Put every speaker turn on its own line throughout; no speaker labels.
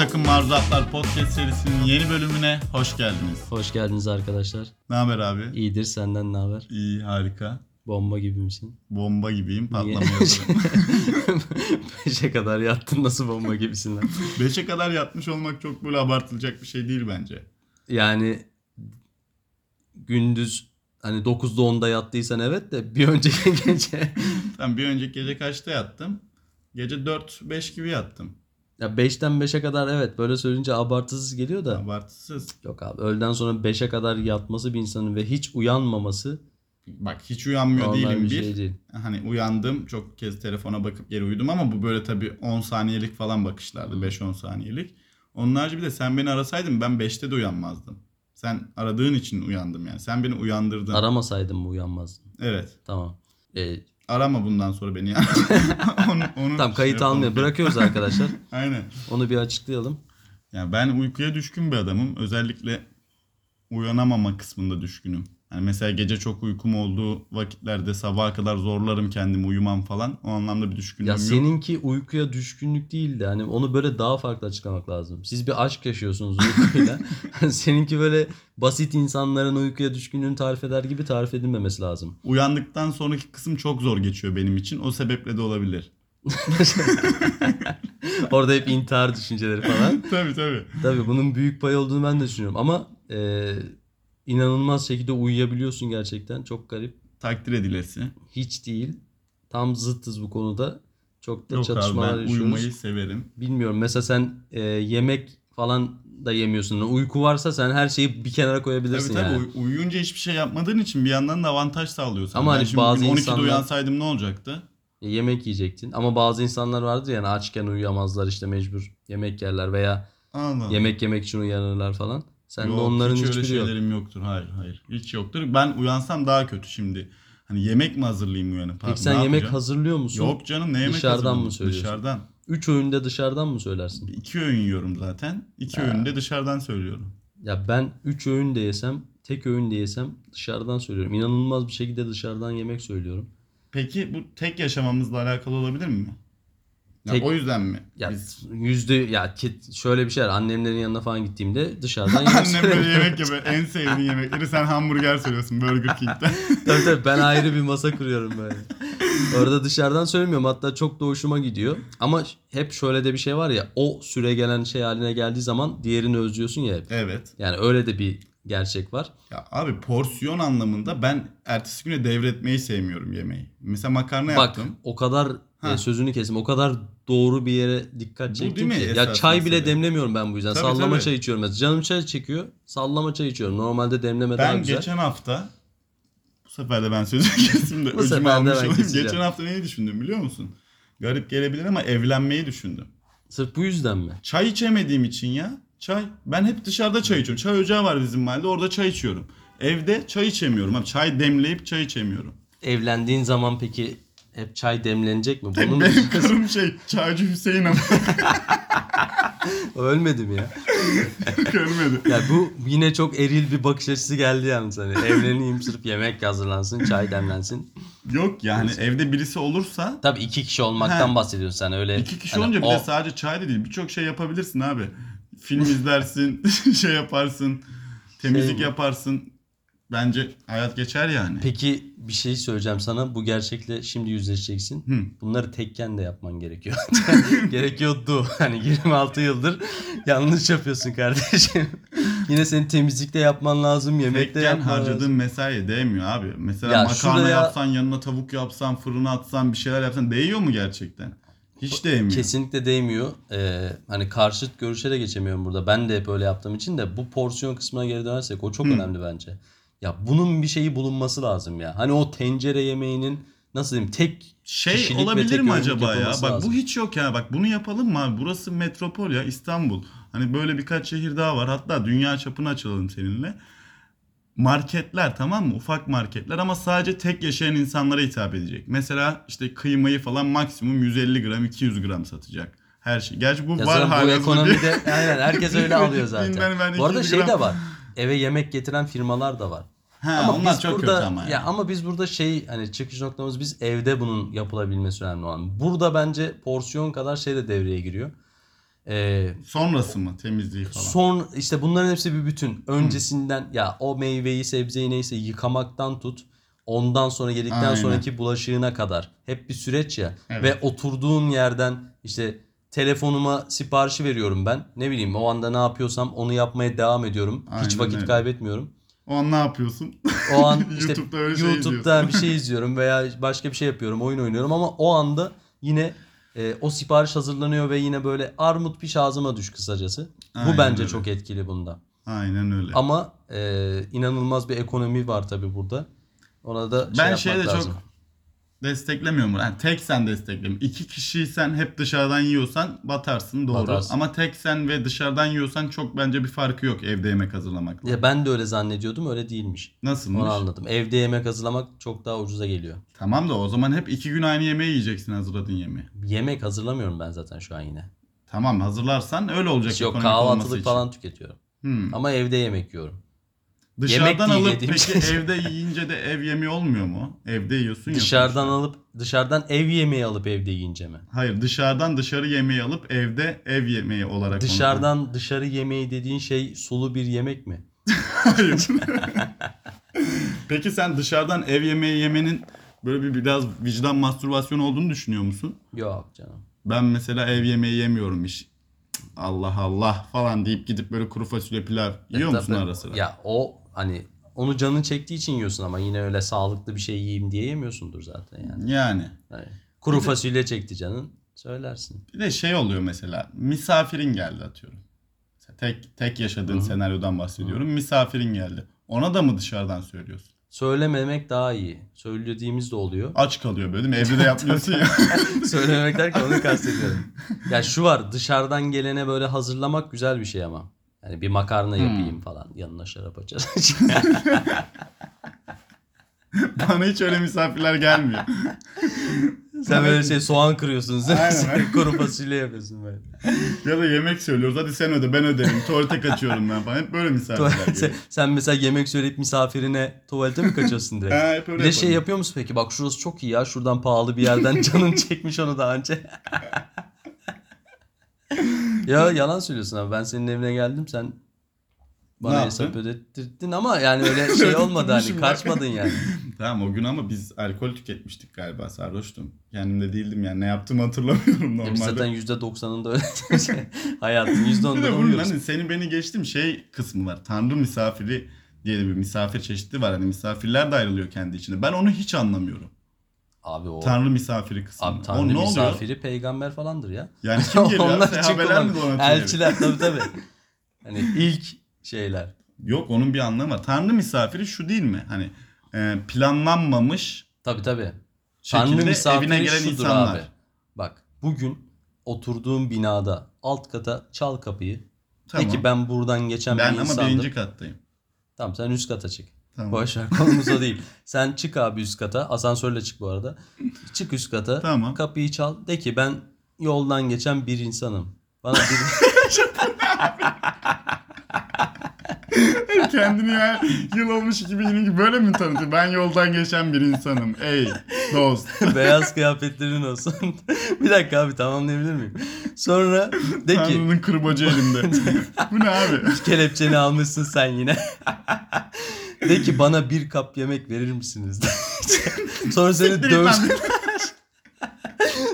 Yakın Maruzatlar Podcast serisinin yeni bölümüne hoş geldiniz.
Hoş geldiniz arkadaşlar.
Ne haber abi?
İyidir senden ne haber?
İyi, harika.
Bomba gibi misin?
Bomba gibiyim,
Niye?
patlamıyorum.
Beşe kadar yattın nasıl bomba gibisin lan?
5'e kadar yatmış olmak çok böyle abartılacak bir şey değil bence.
Yani gündüz hani 9'da 10'da yattıysan evet de bir önceki gece
Ben bir önceki gece kaçta yattım? Gece 4-5 gibi yattım.
ya 5'ten 5'e kadar evet böyle söyleyince abartısız geliyor da
Abartısız.
yok abi öğleden sonra 5'e kadar yatması bir insanın ve hiç uyanmaması
Bak hiç uyanmıyor
normal
değilim
bir
bir.
şey değil.
Hani uyandım çok kez telefona bakıp geri uyudum ama bu böyle tabii 10 saniyelik falan bakışlardı.
Hı.
5-10 saniyelik. Onlarca bir de sen beni arasaydın ben 5'te de uyanmazdım. Sen aradığın için uyandım yani. Sen beni uyandırdın.
Aramasaydım mı uyanmazdın?
evet.
Tamam. Ee,
Arama bundan sonra beni yani. onu, onu
tamam kayıt
şey
almıyor.
yapalım.
Bırakıyoruz arkadaşlar.
Aynen.
Onu bir açıklayalım.
Yani ben uykuya düşkün bir adamım. Özellikle uyanamama kısmında düşkünüm. Yani mesela gece çok uykum olduğu vakitlerde sabaha kadar zorlarım kendimi uyumam falan. O anlamda bir düşkünlüğüm
Ya
yok.
seninki uykuya düşkünlük değil de hani onu böyle daha farklı açıklamak lazım. Siz bir aşk yaşıyorsunuz uykuyla. seninki böyle basit insanların uykuya düşkünlüğünü tarif eder gibi tarif edilmemesi lazım.
Uyandıktan sonraki kısım çok zor geçiyor benim için. O sebeple de olabilir.
Orada hep intihar düşünceleri falan.
tabii tabii.
Tabii bunun büyük pay olduğunu ben de düşünüyorum ama e, inanılmaz şekilde uyuyabiliyorsun gerçekten. Çok garip.
Takdir edilesi.
Hiç değil. Tam zıttız bu konuda. Çok da
Yok abi
çatışmalar
ben
yaşıyoruz.
uyumayı severim.
Bilmiyorum. Mesela sen e, yemek falan da yemiyorsun. Uyku varsa sen her şeyi bir kenara
Tabii
koyabilirsin
tabii
yani.
uy- uyuyunca hiçbir şey yapmadığın için bir yandan da avantaj sağlıyor sana.
Ama
Ben
hani
şimdi
bazı
bugün 12'de
insanlar-
uyansaydım ne olacaktı?
E, Yemek yiyecektin. Ama bazı insanlar vardır yani açken uyuyamazlar işte mecbur yemek yerler veya
Allah.
yemek yemek için uyanırlar falan. Sen
Yok,
de onların
hiç öyle
hiçbiri yok.
şeylerim yoktur. Hayır hayır. Hiç yoktur. Ben uyansam daha kötü şimdi. Hani yemek mi hazırlayayım uyanıp? abi,
Peki sen
ne
yemek
yapacağım?
hazırlıyor musun?
Yok canım ne yemek
Dışarıdan mı
hazırlayayım?
söylüyorsun?
Dışarıdan.
Üç öğünde dışarıdan mı söylersin?
İki öğün yiyorum zaten. İki
Ha.
öğünü de dışarıdan söylüyorum.
Ya ben üç öğün de yesem, tek öğün de yesem dışarıdan söylüyorum. İnanılmaz bir şekilde dışarıdan yemek söylüyorum.
Peki bu tek yaşamamızla alakalı olabilir mi? Ya
Tek-
o yüzden mi?
Ya
Biz
yüzde ya ki- şöyle bir şey var. Annemlerin yanına falan gittiğimde dışarıdan yemek
annem böyle
söylüyorum.
yemek yapıyor. En sevdiğin yemekleri sen hamburger söylüyorsun Burger King'de.
tabii tabii ben ayrı bir masa kuruyorum böyle. Orada dışarıdan söylemiyorum hatta çok da hoşuma gidiyor. Ama hep şöyle de bir şey var ya o süre gelen şey haline geldiği zaman diğerini özlüyorsun ya hep.
evet.
Yani öyle de bir gerçek var.
Ya abi porsiyon anlamında ben ertesi güne devretmeyi sevmiyorum yemeği. Mesela makarna
Bak
yaptım.
o kadar
Ha.
e, sözünü kesim o kadar doğru bir yere dikkat
değil
çektin
mi
ki. Ya
esas
çay bile
mesele?
demlemiyorum ben bu yüzden.
Tabii,
sallama
tabii.
çay içiyorum. mesela. Canım çay çekiyor. Sallama çay içiyorum. Normalde demleme daha
Ben
güzel.
geçen hafta bu sefer de ben sözü kestim de
Bu sefer
öcümü
de
almış
ben
olayım.
keseceğim.
Geçen hafta neyi düşündüm biliyor musun? Garip gelebilir ama evlenmeyi düşündüm.
Sırf bu yüzden mi?
Çay içemediğim için ya. Çay. Ben hep dışarıda çay içiyorum. Çay ocağı var bizim mahallede. Orada çay içiyorum. Evde çay içemiyorum. Abi çay demleyip çay içemiyorum.
Evlendiğin zaman peki hep çay demlenecek mi? Bunun
Benim karım şey çaycı Hüseyin ama
ölmedim ya.
görmedi.
Ya bu yine çok eril bir bakış açısı geldi yalnız hani. Evleneyim sırf yemek hazırlansın, çay demlensin.
Yok yani evde birisi olursa
Tabii iki kişi olmaktan
He.
bahsediyorsun sen öyle.
iki kişi
hani
olunca bir
o-
de sadece çay da değil birçok şey yapabilirsin abi. Film izlersin, şey yaparsın, temizlik
mi?
yaparsın. Bence hayat geçer yani.
Peki bir şey söyleyeceğim sana. Bu gerçekle şimdi yüzleşeceksin.
Hı.
Bunları tekken de yapman gerekiyor. Gerekiyordu. Hani 26 yıldır yanlış yapıyorsun kardeşim. Yine senin temizlikte yapman lazım, yemekte
Tekken
yapman lazım.
harcadığın mesaiye değmiyor abi. Mesela
Ya
makarna
şuraya-
yapsan, yanına tavuk yapsan, fırına atsan, bir şeyler yapsan değiyor mu gerçekten? Hiç değmiyor.
Kesinlikle değmiyor. Ee, hani karşıt görüşe de geçemiyorum burada. Ben de hep öyle yaptığım için de bu porsiyon kısmına geri dönersek o çok önemli bence. Ya bunun bir şeyi bulunması lazım ya. Hani o tencere yemeğinin nasıl diyeyim tek
Şey
kişilik ve tek
olabilir mi
öğünlük
acaba ya?
yapılması
Bak
lazım.
bu hiç yok ya. Bak bunu yapalım mı abi? Burası metropol ya İstanbul. Hani böyle birkaç şehir daha var. Hatta dünya çapını açalım seninle. Marketler tamam mı? Ufak marketler ama sadece tek yaşayan insanlara hitap edecek. Mesela işte kıymayı falan maksimum 150 gram 200 gram satacak. Her şey. Gerçi bu
Ya
var
zaten bu
hala.
ekonomide aynen herkes öyle alıyor
Bilmem
zaten.
ben
bu arada
iki
şey
gram-
de var. Eve yemek getiren firmalar da var.
Ha,
Ama
onlar
biz
çok
burada,
kötü ama ya.
ya ama biz burada şey hani çıkış noktamız biz evde bunun yapılabilmesi önemli olan. Burada bence porsiyon kadar şey de devreye giriyor. e,
Sonrası mı temizliği falan?
Son işte bunların hepsi bir bütün. Öncesinden ya o meyveyi sebzeyi neyse yıkamaktan tut. Ondan sonra yedikten
Aynen.
sonraki bulaşığına kadar. Hep bir süreç ya.
Evet.
Ve oturduğun yerden işte telefonuma siparişi veriyorum ben. Ne bileyim o anda ne yapıyorsam onu yapmaya devam ediyorum. Hiç
Aynen
vakit
öyle.
kaybetmiyorum.
O an ne yapıyorsun?
O an işte
YouTube'da öyle şey
YouTube'da bir şey izliyorum veya başka bir şey yapıyorum, oyun oynuyorum ama o anda yine e, o sipariş hazırlanıyor ve yine böyle armut piş ağzıma düş kısacası.
Aynen
Bu bence
öyle.
çok etkili bunda.
Aynen öyle.
Ama e, inanılmaz bir ekonomi var tabii burada. Ona da şey
ben
yapmak
şeyi de
lazım.
çok desteklemiyorum. Yani tek sen desteklemiyorum. İki kişiysen hep dışarıdan yiyorsan batarsın doğru.
Batarsın.
Ama tek sen ve dışarıdan yiyorsan çok bence bir farkı yok evde yemek hazırlamakla.
Ya ben de öyle zannediyordum öyle değilmiş.
Nasılmış?
Onu anladım. Evde yemek hazırlamak çok daha ucuza geliyor.
Tamam da o zaman hep iki gün aynı yemeği yiyeceksin hazırladığın yemeği.
Yemek hazırlamıyorum ben zaten şu an yine.
Tamam hazırlarsan öyle olacak.
Yok
ekonomik olması
kahvaltılık
için.
falan tüketiyorum.
Hmm.
Ama evde yemek yiyorum.
Dışarıdan
değil
alıp
dediğim
peki
şey.
evde yiyince de ev yemeği olmuyor mu? Evde yiyorsun ya.
Dışarıdan
sonuçta.
alıp dışarıdan ev yemeği alıp evde yiyince mi?
Hayır dışarıdan dışarı yemeği alıp evde ev yemeği olarak. onu-
Dışarıdan dışarı yemeği dediğin şey sulu bir yemek mi?
Hayır. Peki sen dışarıdan ev yemeği yemenin böyle bir biraz vicdan mastürbasyonu olduğunu düşünüyor musun?
Yok canım.
Ben mesela ev yemeği yemiyorum iş. Allah Allah falan deyip gidip böyle kuru fasulye pilav yiyor musun
E, Tabii.
ara sıra?
Ya o hani onu canın çektiği için yiyorsun ama yine öyle sağlıklı bir şey yiyeyim diye yemiyorsundur zaten yani.
Yani.
Hani kuru fasulye çekti canın söylersin.
Bir de şey oluyor mesela misafirin geldi atıyorum. Mesela tek tek yaşadığın senaryodan bahsediyorum. Misafirin geldi. Ona da mı dışarıdan söylüyorsun?
Söylememek daha iyi. Söylediğimiz de oluyor.
Aç kalıyor böyle değil mi? Evde de yapmıyorsun ya.
Söylememek derken onu kastediyorum. Ya şu var dışarıdan gelene böyle hazırlamak güzel bir şey ama. Yani bir
Hmm.
makarna yapayım falan yanına şarap açar.
Bana hiç öyle misafirler gelmiyor.
Sen böyle şey soğan kırıyorsunuz değil mi?
Aynen.
Kuru fasulye yapıyorsun böyle.
Ya da yemek söylüyoruz. Hadi sen öde ben öderim. Tuvalete kaçıyorum ben falan. Hep böyle misafirler
Tuvalete-
geliyor.
sen mesela yemek söyleyip misafirine tuvalete mi kaçıyorsun direkt?
Ha, hep öyle
bir de şey
yaparım.
yapıyor musun peki? Bak şurası çok iyi ya. Şuradan pahalı bir yerden canın çekmiş onu daha önce. ya yalan söylüyorsun abi. Ben senin evine geldim. Sen
Ne
bana
yaptın?
hesap ödettirdin ama yani öyle şey olmadı hani
Ödettirmişim bak.
kaçmadın yani.
Tamam o gün ama biz alkol tüketmiştik galiba sarhoştum. Kendimde değildim yani ne yaptığımı hatırlamıyorum
E biz zaten
normalde.
%90'ında öyle şey. hayatın
Bir
%10'unda
de bunun
uyuyoruz.
hani seni beni geçtim şey kısmı var. Tanrı misafiri diye de bir misafir çeşidi var. Hani misafirler de ayrılıyor kendi içinde. Ben onu hiç anlamıyorum.
Abi o
Tanrı misafiri kısmı.
Abi
o
Tanrı
ne
misafiri
oluyor?
peygamber falandır ya.
Yani kim geliyor?
Onlar
Sehabeler mi
çıkılan
donatıyor?
Elçiler tabii tabii. Hani ilk şeyler.
Yok onun bir anlamı var. Tanrı misafiri şu değil mi? Hani e, planlanmamış
Tabii tabii.
şekilde
Tanrı misafiri
evine gelen
şudur
insanlar.
abi. Bak bugün oturduğum binada alt kata çal kapıyı.
Tamam.
De ki ben buradan geçen
Ben
bir
ama
insandım.
birinci kattayım.
Tamam sen üst kata çık.
Tamam.
Boş ver konumuz o değil. Sen çık abi üst kata. Asansörle çık bu arada. Çık üst kata.
Tamam.
Kapıyı çal. De ki ben yoldan geçen bir insanım. Bana bir...
Kendini ya yıl olmuş 2022 böyle mi tanıtıyor? Ben yoldan geçen bir insanım. Ey dost.
Beyaz kıyafetlerin olsun. bir dakika abi tamamlayabilir miyim? Sonra de ki
Tanrı'nın kırbacı elimde. Bu ne abi?
kelepçeni almışsın sen yine. de ki bana bir kap yemek verir misiniz? Sonra seni
Siktir git lan.
dövsün.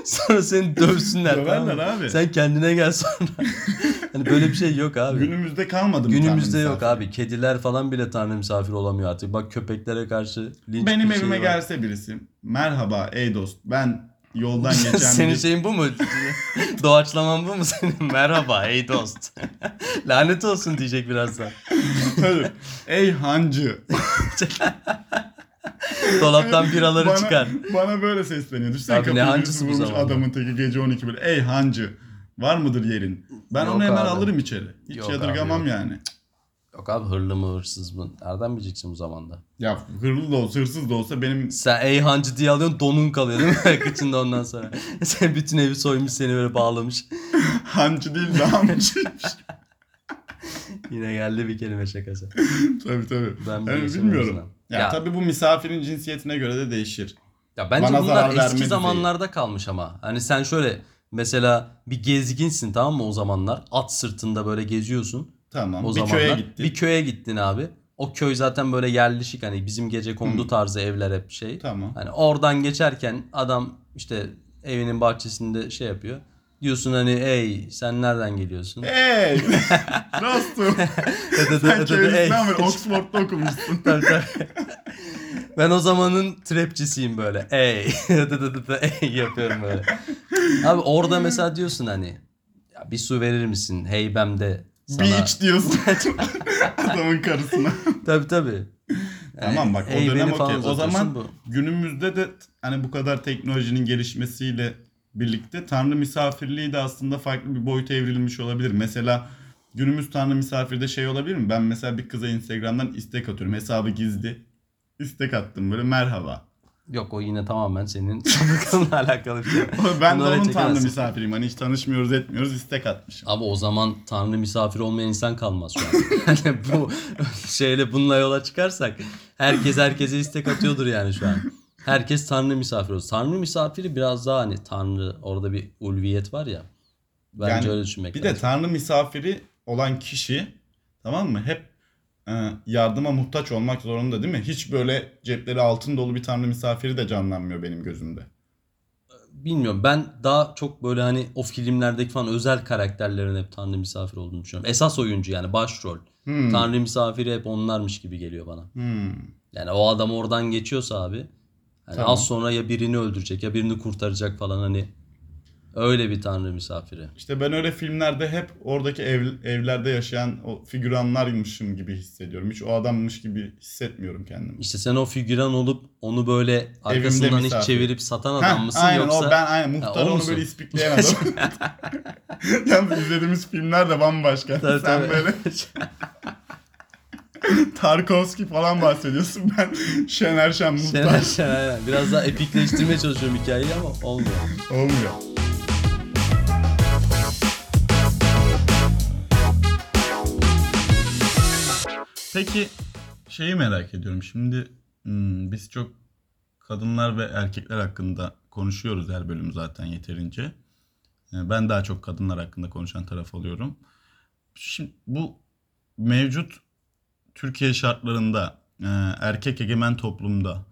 Sonra seni dövsünler. tamam mı?
Döverler abi.
Sen kendine gel sonra. hani böyle bir şey yok abi.
Günümüzde kalmadı mı
Günümüzde
Tanrı
yok
misafiri?
abi. Kediler falan bile tanrı misafir olamıyor artık. Bak köpeklere karşı linç
Benim
bir şey
evime
var.
gelse birisi. Merhaba ey dost. Ben yoldan geçen
senin şey-
bir...
şeyin bu mu? Doğaçlaman bu mu senin? Merhaba ey dost. Lanet olsun diyecek birazdan.
Hayır. ey hancı.
Dolaptan biraları
bana,
çıkar.
Bana böyle sesleniyor. Düşünsene
Abi ne
kapıyı birisi
hancısı bu
vurmuş
zamanda?
adamın teki gece 12 böyle. Ey hancı. Var mıdır yerin? Ben
Yok
onu hemen
abi.
alırım içeri. Hiç
Yok abi,
yadırgamam
yok.
yani.
Yok abi hırlı mı hırsız mı? Nereden bileceksin bu zamanda?
Ya hırlı da olsa hırsız da olsa benim
Sen ey hancı diye alıyorsun donun kalıyor değil mi? Kıçında ondan sonra. Sen bütün evi soymuş seni böyle bağlamış.
hancı değil de hamcıymış.
Yine geldi bir kelime şakası.
tabii tabii.
Ben
Ben
bir insanım
bilmiyorum.
aslında.
Ya,
Ya-
tabii bu misafirin cinsiyetine göre de değişir.
Ya bence
Bana zarar
bunlar
vermedi
eski
değil.
zamanlarda kalmış ama. Hani sen şöyle Mesela bir gezginsin tamam mı o zamanlar? At sırtında böyle geziyorsun.
Tamam.
O
bir
zamanlar
köye gittin.
bir köye gittin abi. O köy zaten böyle yerleşik hani bizim gece kondu tarzı evler hep şey.
Tamam.
Hani oradan geçerken adam işte evinin bahçesinde şey yapıyor. Diyorsun hani ey sen nereden geliyorsun?
Hey! Dostum.
Ötede-
Sen
ötede, "Ey."
çevresinden beri Oxford'da okumuşsun.
Tabii, tabii. Ben o zamanın trapçisiyim böyle. Ey. Dı dı dı dı, Ey yapıyorum böyle. Abi orada mesela diyorsun hani ya bir su verir misin heybemde sana.
Bir iç diyorsun. Adamın karısına.
Tabii tabii. Yani,
Tamam bak o
"Ey
dönem
beni" falan
okey. O
uzatıyorsun
zaman
bu.
günümüzde de hani bu kadar teknolojinin gelişmesiyle birlikte tanrı misafirliği de aslında farklı bir boyuta evrilmiş olabilir. Mesela günümüz tanrı misafirde şey olabilir mi? Ben mesela bir kıza Instagram'dan istek atıyorum. Hesabı gizli. İstek attım böyle merhaba.
Yok o yine tamamen senin sapıklığınla alakalı bir şey.
Ben de
Bunları
onun tanrı
çekemezsin.
misafiriyim. Hani hiç tanışmıyoruz etmiyoruz istek atmışım.
Abi o zaman tanrı misafir olmayan insan kalmaz şu an. Yani bu şeyle bununla yola çıkarsak herkes herkese istek atıyordur yani şu an. Herkes tanrı misafiri olsun. Tanrı misafiri biraz daha hani tanrı orada bir ulviyet var ya. Bence
Yani
öyle düşünmek
Bir de
lazım.
tanrı misafiri olan kişi tamam mı hep e, yardıma muhtaç olmak zorunda değil mi? Hiç böyle cepleri altın dolu bir tanrı misafiri de canlanmıyor benim gözümde.
Bilmiyorum ben daha çok böyle hani o filmlerdeki falan özel karakterlerin hep tanrı misafir olduğunu düşünüyorum. Esas oyuncu yani başrol.
Hmm.
Tanrı misafiri hep onlarmış gibi geliyor bana.
Hmm.
Yani o adam oradan geçiyorsa abi hani
Tamam.
az sonra ya birini öldürecek ya birini kurtaracak falan hani öyle bir tanrı misafiri.
İşte ben öyle filmlerde hep oradaki ev- evlerde yaşayan o figüranlarmışım gibi hissediyorum. Hiç o adammış gibi hissetmiyorum kendimi.
İşte sen o figüran olup onu böyle arkasından hiç
misafir.
çevirip satan
Heh,
adam mısın
aynen
yoksa
o ben aynen muhtar
o
onu
musun?
böyle ispikleyemedim. Yalnız izlediğimiz filmler de bambaşka.
Tabii,
Sen
tabii.
böyle Tarkovski falan bahsediyorsun. Ben Şener Şen
Şener
muhtar
Şen, aynen. biraz daha epikleştirmeye çalışıyorum hikayeyi ama olmuyor.
olmuyor. Peki şeyi merak ediyorum. Şimdi hmm, biz çok kadınlar ve erkekler hakkında konuşuyoruz her bölüm zaten yeterince. Ee, Ben daha çok kadınlar hakkında konuşan taraf oluyorum. Şimdi bu mevcut Türkiye şartlarında e, erkek egemen toplumda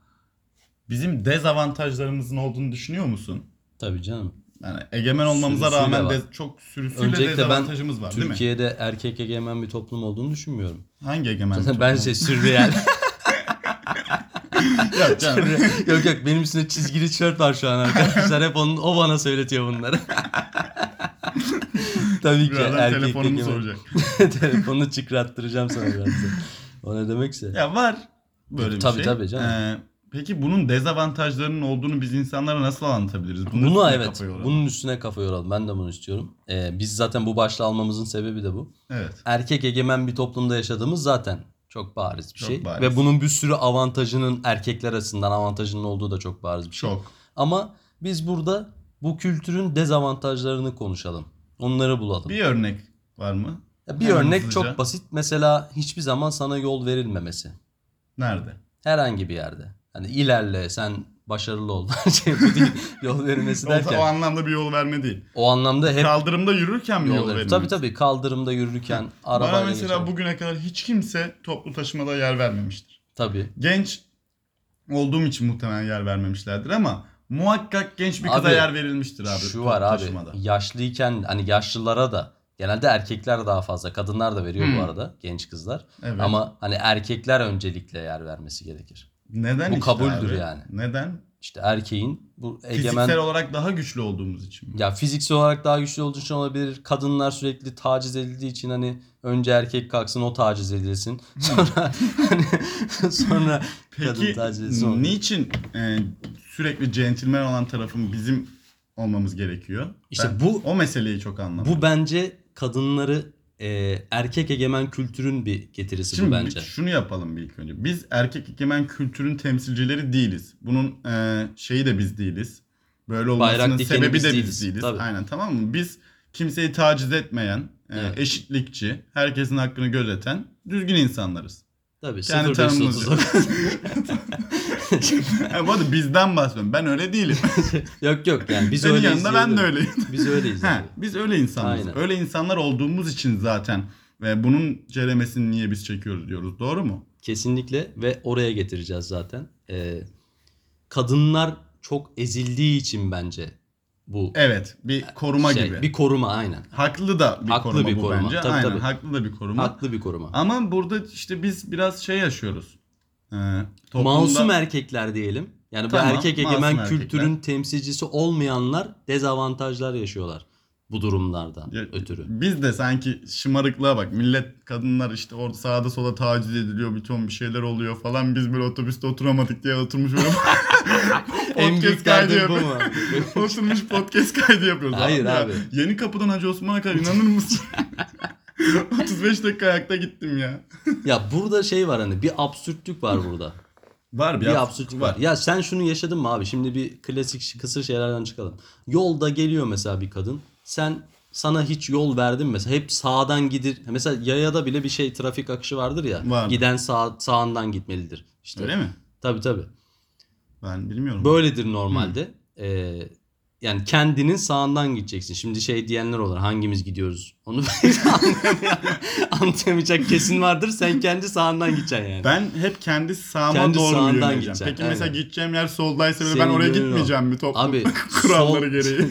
bizim dezavantajlarımızın olduğunu düşünüyor musun?
Tabii canım.
Yani egemen olmamıza
Sürüsüyle
rağmen
var.
de, çok sürüsüyle
Öncelikle ben
dezavantajımız var değil mi?
Türkiye'de erkek egemen bir toplum olduğunu düşünmüyorum.
Hangi egemen?
Zaten
toplum?
bence sürreal.
Yok canım.
yok yok benim üstümde çizgili tişört var şu an arkadaşlar. Hep onun, o bana söyletiyor bunları. Tabii ki
Birazdan
erkek
telefonumu
egemen.
soracak.
Telefonu çıkarttıracağım sana birazdan. O ne demekse.
Ya var böyle bir
Tabii,
şey.
tabii canım.
Ee, peki bunun dezavantajlarının olduğunu biz insanlara nasıl anlatabiliriz? Bunun
Bunu
üstüne
evet.
kafa yoralım.
Bunun üstüne kafa yoralım. Ben de bunu istiyorum. Ee, biz zaten bu başlığı almamızın sebebi de bu.
Evet.
Erkek egemen bir toplumda yaşadığımız zaten çok bariz bir
Çok
şey.
bariz.
Ve bunun bir sürü avantajının erkekler açısından avantajının olduğu da çok bariz bir şey.
Çok.
Ama biz burada bu kültürün dezavantajlarını konuşalım. Onları bulalım.
Bir örnek var mı?
Ya Bir,
Hemen
örnek
hızlıca.
çok basit. Mesela hiçbir zaman sana yol verilmemesi.
Nerede?
Herhangi bir yerde. Hani ilerle sen başarılı ol. şey bu değil. Yol verilmesi
O, o
derken.
anlamda bir yol verme değil.
O anlamda hep
Kaldırımda yürürken mi yol,
yol verir.
verilmez?
Tabii tabii kaldırımda yürürken arabayla
Bana mesela
geçer.
bugüne kadar hiç kimse toplu taşımada yer vermemiştir.
Tabii.
genç olduğum için muhtemelen yer vermemişlerdir ama muhakkak genç bir kıza
Abi,
yer verilmiştir abi.
Şu
toplu
var abi.
taşımada.
Yaşlıyken hani yaşlılara da genelde erkekler daha fazla. Kadınlar da veriyor
Hmm.
bu arada genç kızlar.
Evet.
Ama hani erkekler öncelikle yer vermesi gerekir.
neden
bu
işte
kabuldür
abi?
yani.
Neden?
İşte erkeğin bu egemen
Fiziksel olarak daha güçlü olduğumuz için. mi?
Ya fiziksel olarak daha güçlü olduğu için olabilir. Kadınlar sürekli taciz edildiği için hani önce erkek kalksın o taciz edilsin. Sonra hani sonra kadın
Hmm. Peki
taciz edilsin. Sonra-
niçin e, sürekli centilmen olan tarafın bizim olmamız gerekiyor?
İşte
Ben
bu-
o meseleyi çok anlamadım.
Bu bence kadınları e, erkek egemen kültürün bir getirisi
Şimdi
bu
bir-
bence.
şunu yapalım bir ilk önce. Biz erkek egemen kültürün temsilcileri değiliz. Bunun e, şeyi de biz değiliz. Böyle olmasının
Bayrak dikeni
sebebi
biz
de biz
değiliz.
değiliz.
Tabii.
Aynen tamam mı? Biz kimseyi taciz etmeyen, e,
Evet.
eşitlikçi, herkesin hakkını gözeten düzgün insanlarız.
Tabii
Kendi
0539.
Yani E, bu arada bizden bahsediyorum. Ben öyle değilim.
yok yok yani biz
Senin
öyleyiz.
yanında ben de
diyebilirim.
öyleyim.
Biz öyleyiz.
Ha,
yani.
biz öyle insanlarız.
Aynen.
Öyle insanlar olduğumuz için zaten ve bunun ceremesini niye biz çekiyoruz diyoruz. Doğru mu?
Kesinlikle ve oraya getireceğiz zaten. Ee, kadınlar çok ezildiği için bence bu
Evet. Bir E, koruma
şey,
gibi.
bir koruma aynen.
Haklı da bir
Haklı
koruma
bir
bu
koruma.
bence.
Tabii,
Aynen.
tabii.
Haklı da bir koruma.
Haklı bir koruma.
Ama burada işte biz biraz şey yaşıyoruz. Ee, toplumda-
Masum er- erkekler diyelim. Yani
Tamam,
bu erkek
masum
egemen
erkekler.
kültürün temsilcisi olmayanlar dezavantajlar yaşıyorlar bu durumlardan
Ya-
ötürü.
Biz de sanki şımarıklığa bak. Millet kadınlar işte orada sağda sola taciz ediliyor. Bir ton bir şeyler oluyor falan. Biz böyle otobüste oturamadık diye oturmuş böyle
En büyük
podcast
derdim
kaydı
bu mu?
oturmuş podcast kaydı yapıyoruz.
Hayır
ya.
abi.
Yeni kapıdan Hacı Osman'a kadar inanır mısın? 35 dakika ayakta gittim ya.
ya burada şey var hani bir absürtlük var burada.
Var
Bir absürtlük var. Ya sen şunu yaşadın mı abi? Şimdi bir klasik şi- kısır şeylerden çıkalım. Yolda geliyor mesela bir kadın. Sen sana hiç yol verdin mi? mesela hep sağdan gidir. Mesela yayada bile bir şey trafik akışı vardır ya.
Vardır.
Giden sağ, sağından gitmelidir. İşte.
Öyle mi?
Tabii tabii.
Ben bilmiyorum.
Böyledir normalde. Ee, yani kendinin sağından gideceksin. Şimdi şey diyenler olur. Hangimiz gidiyoruz? Onu anlayamayacak kesin vardır. Sen kendi sağından gideceksin yani.
Ben hep kendi sağıma
Kendi
doğru
sağından
yöneleceğim.
gideceksin,
Peki mesela
aynen.
gideceğim yer soldaysa bile ben
Senin
oraya
gönlün o.
gitmeyeceğim mi toplum
Abi
kuralları
sol-
gereği?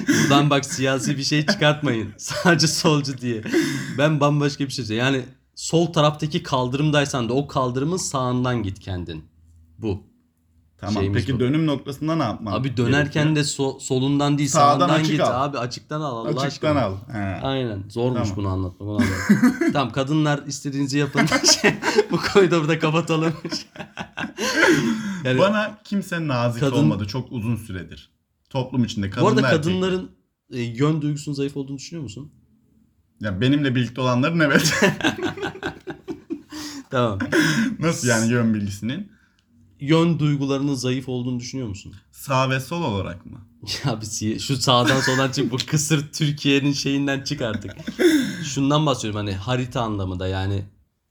Buradan bak siyasi bir şey çıkartmayın. Sadece solcu diye. Ben bambaşka bir şey söyleyeyim. Yani sol taraftaki kaldırımdaysan da o kaldırımın sağından git kendin. Bu.
Tamam
Şeyimiz
peki
bu.
dönüm noktasında ne yapmam?
Abi dönerken de so- solundan değil
Sağdan
sağdan,
açık
git.
al.
Abi açıktan al Allah
açıktan
aşkına.
al. He.
Aynen. Zormuş
Tamam.
bunu anlatmak. Onu anladım. tamam kadınlar istediğinizi yapın. Şey, Bu koridoru da kapatalım. yani,
Bana kimse nazik
Kadın-
olmadı çok uzun süredir. Toplum içinde kadın
bu arada
ve erkek.
kadınların e, yön duygusunun zayıf olduğunu düşünüyor musun?
Ya benimle birlikte olanların evet.
Tamam.
Nasıl yani yön bilgisinin?
Yön duygularının zayıf olduğunu düşünüyor musun?
Sağ ve sol olarak mı?
Ya bir si- şu sağdan soldan çık bu kısır Türkiye'nin şeyinden çık artık. Şundan bahsediyorum hani harita anlamında yani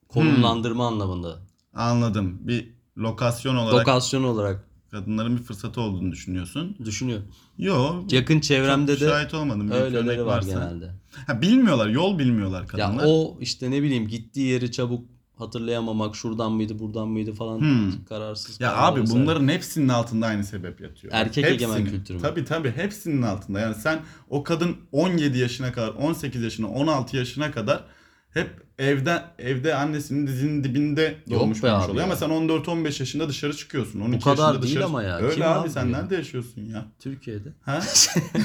konumlandırma anlamında.
Anladım. Bir lokasyon olarak
Lokasyon olarak
kadınların bir fırsatı olduğunu düşünüyorsun.
düşünüyorum.
Yo.
Yakın çevremde
çok
de
şahit olmadım. Bir örnek
öyleleri var
varsa.
genelde.
Ha, bilmiyorlar. Yol bilmiyorlar
Ya
kadınlar.
o işte ne bileyim gittiği yeri çabuk hatırlayamamak şuradan mıydı buradan mıydı falan
Hmm.
kararsız.
Ya
karar
abi
vesaire.
bunların hepsinin altında aynı sebep yatıyor.
Erkek egemen
Hepsinin.
kültürü mü?
Tabii tabii hepsinin altında. Yani sen o kadın 17 yaşına kadar, 18 yaşına, 16 yaşına kadar hep evde evde annesinin dizinin dibinde doğmuş
be
olmuş
abi
oluyor. Ama
ya.
sen 14-15 yaşında dışarı çıkıyorsun. 12
kadar
yaşında
değil
dışarı...
ama ya.
Öyle
Kim
abi,
abi
sen
ya?
nerede yaşıyorsun ya?
Türkiye'de.
Ha?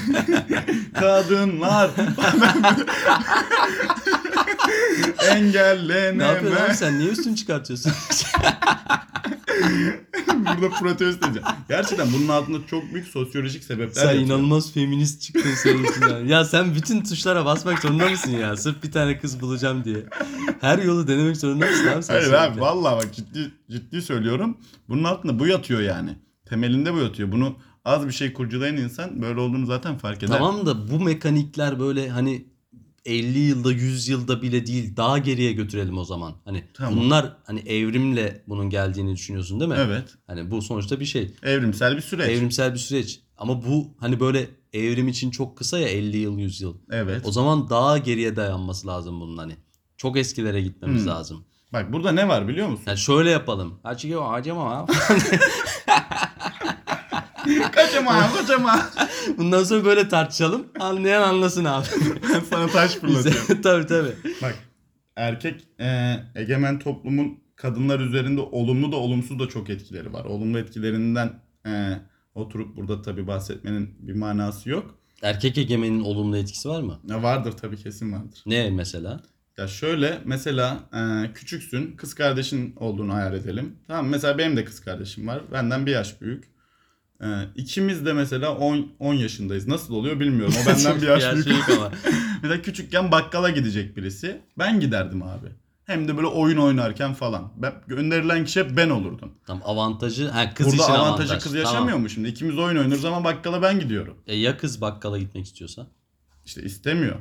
Kadınlar
Ne yapıyorsun abi
engellenemez.
sen niye üstünü çıkartıyorsun?
Burada protesto edeceğim. Gerçekten bunun altında çok büyük sosyolojik sebepler
Sen
yatıyor.
inanılmaz feminist çıktın senin yüzünden. ya sen bütün tuşlara basmak zorunda mısın ya? Sırf bir tane kız bulacağım diye. Her yolu denemek zorunda mısın abi sen?
Hayır
sürekli?
abi vallahi bak ciddi ciddi söylüyorum. Bunun altında bu yatıyor yani. Temelinde bu yatıyor. Bunu az bir şey kurcalayan insan böyle olduğunu zaten fark eder.
Tamam da bu mekanikler böyle hani 50 yılda 100 yılda bile değil daha geriye götürelim o zaman. Hani
Tamam.
bunlar hani evrimle bunun geldiğini düşünüyorsun değil mi?
Evet.
Hani bu sonuçta bir şey.
Evrimsel bir süreç.
Evrimsel bir süreç. Ama bu hani böyle evrim için çok kısa ya 50 yıl 100 yıl.
Evet.
O zaman daha geriye dayanması lazım bunun hani. Çok eskilere gitmemiz
Hmm.
lazım.
Bak burada ne var biliyor musun?
Yani şöyle yapalım. Ha çünkü o harcama ha.
kaçama kaçama.
Bundan sonra böyle tartışalım. Anlayan anlasın abi.
ben sana taş fırlatıyorum.
tabii tabii.
Bak erkek e, egemen toplumun kadınlar üzerinde olumlu da olumsuz da çok etkileri var. Olumlu etkilerinden e, oturup burada tabii bahsetmenin bir manası yok.
Erkek egemenin olumlu etkisi var mı?
Ya vardır tabii kesin vardır.
Ne mesela?
Ya şöyle mesela e, küçüksün kız kardeşin olduğunu hayal edelim. Tamam mesela benim de kız kardeşim var. Benden bir yaş büyük. E, ikimiz de mesela 10 10 yaşındayız. Nasıl oluyor bilmiyorum. O benden bir yaş büyük.
şey ama.
Mesela küçükken bakkala gidecek birisi. Ben giderdim abi. Hem de böyle oyun oynarken falan. Ben, gönderilen kişi hep ben olurdum.
Tam avantajı ha kız
Burada
için
avantajı
avantaj.
kız
Tamam.
yaşamıyor mu şimdi? İkimiz oyun oynuyoruz ama bakkala ben gidiyorum.
E, ya kız bakkala gitmek istiyorsa?
İşte istemiyor.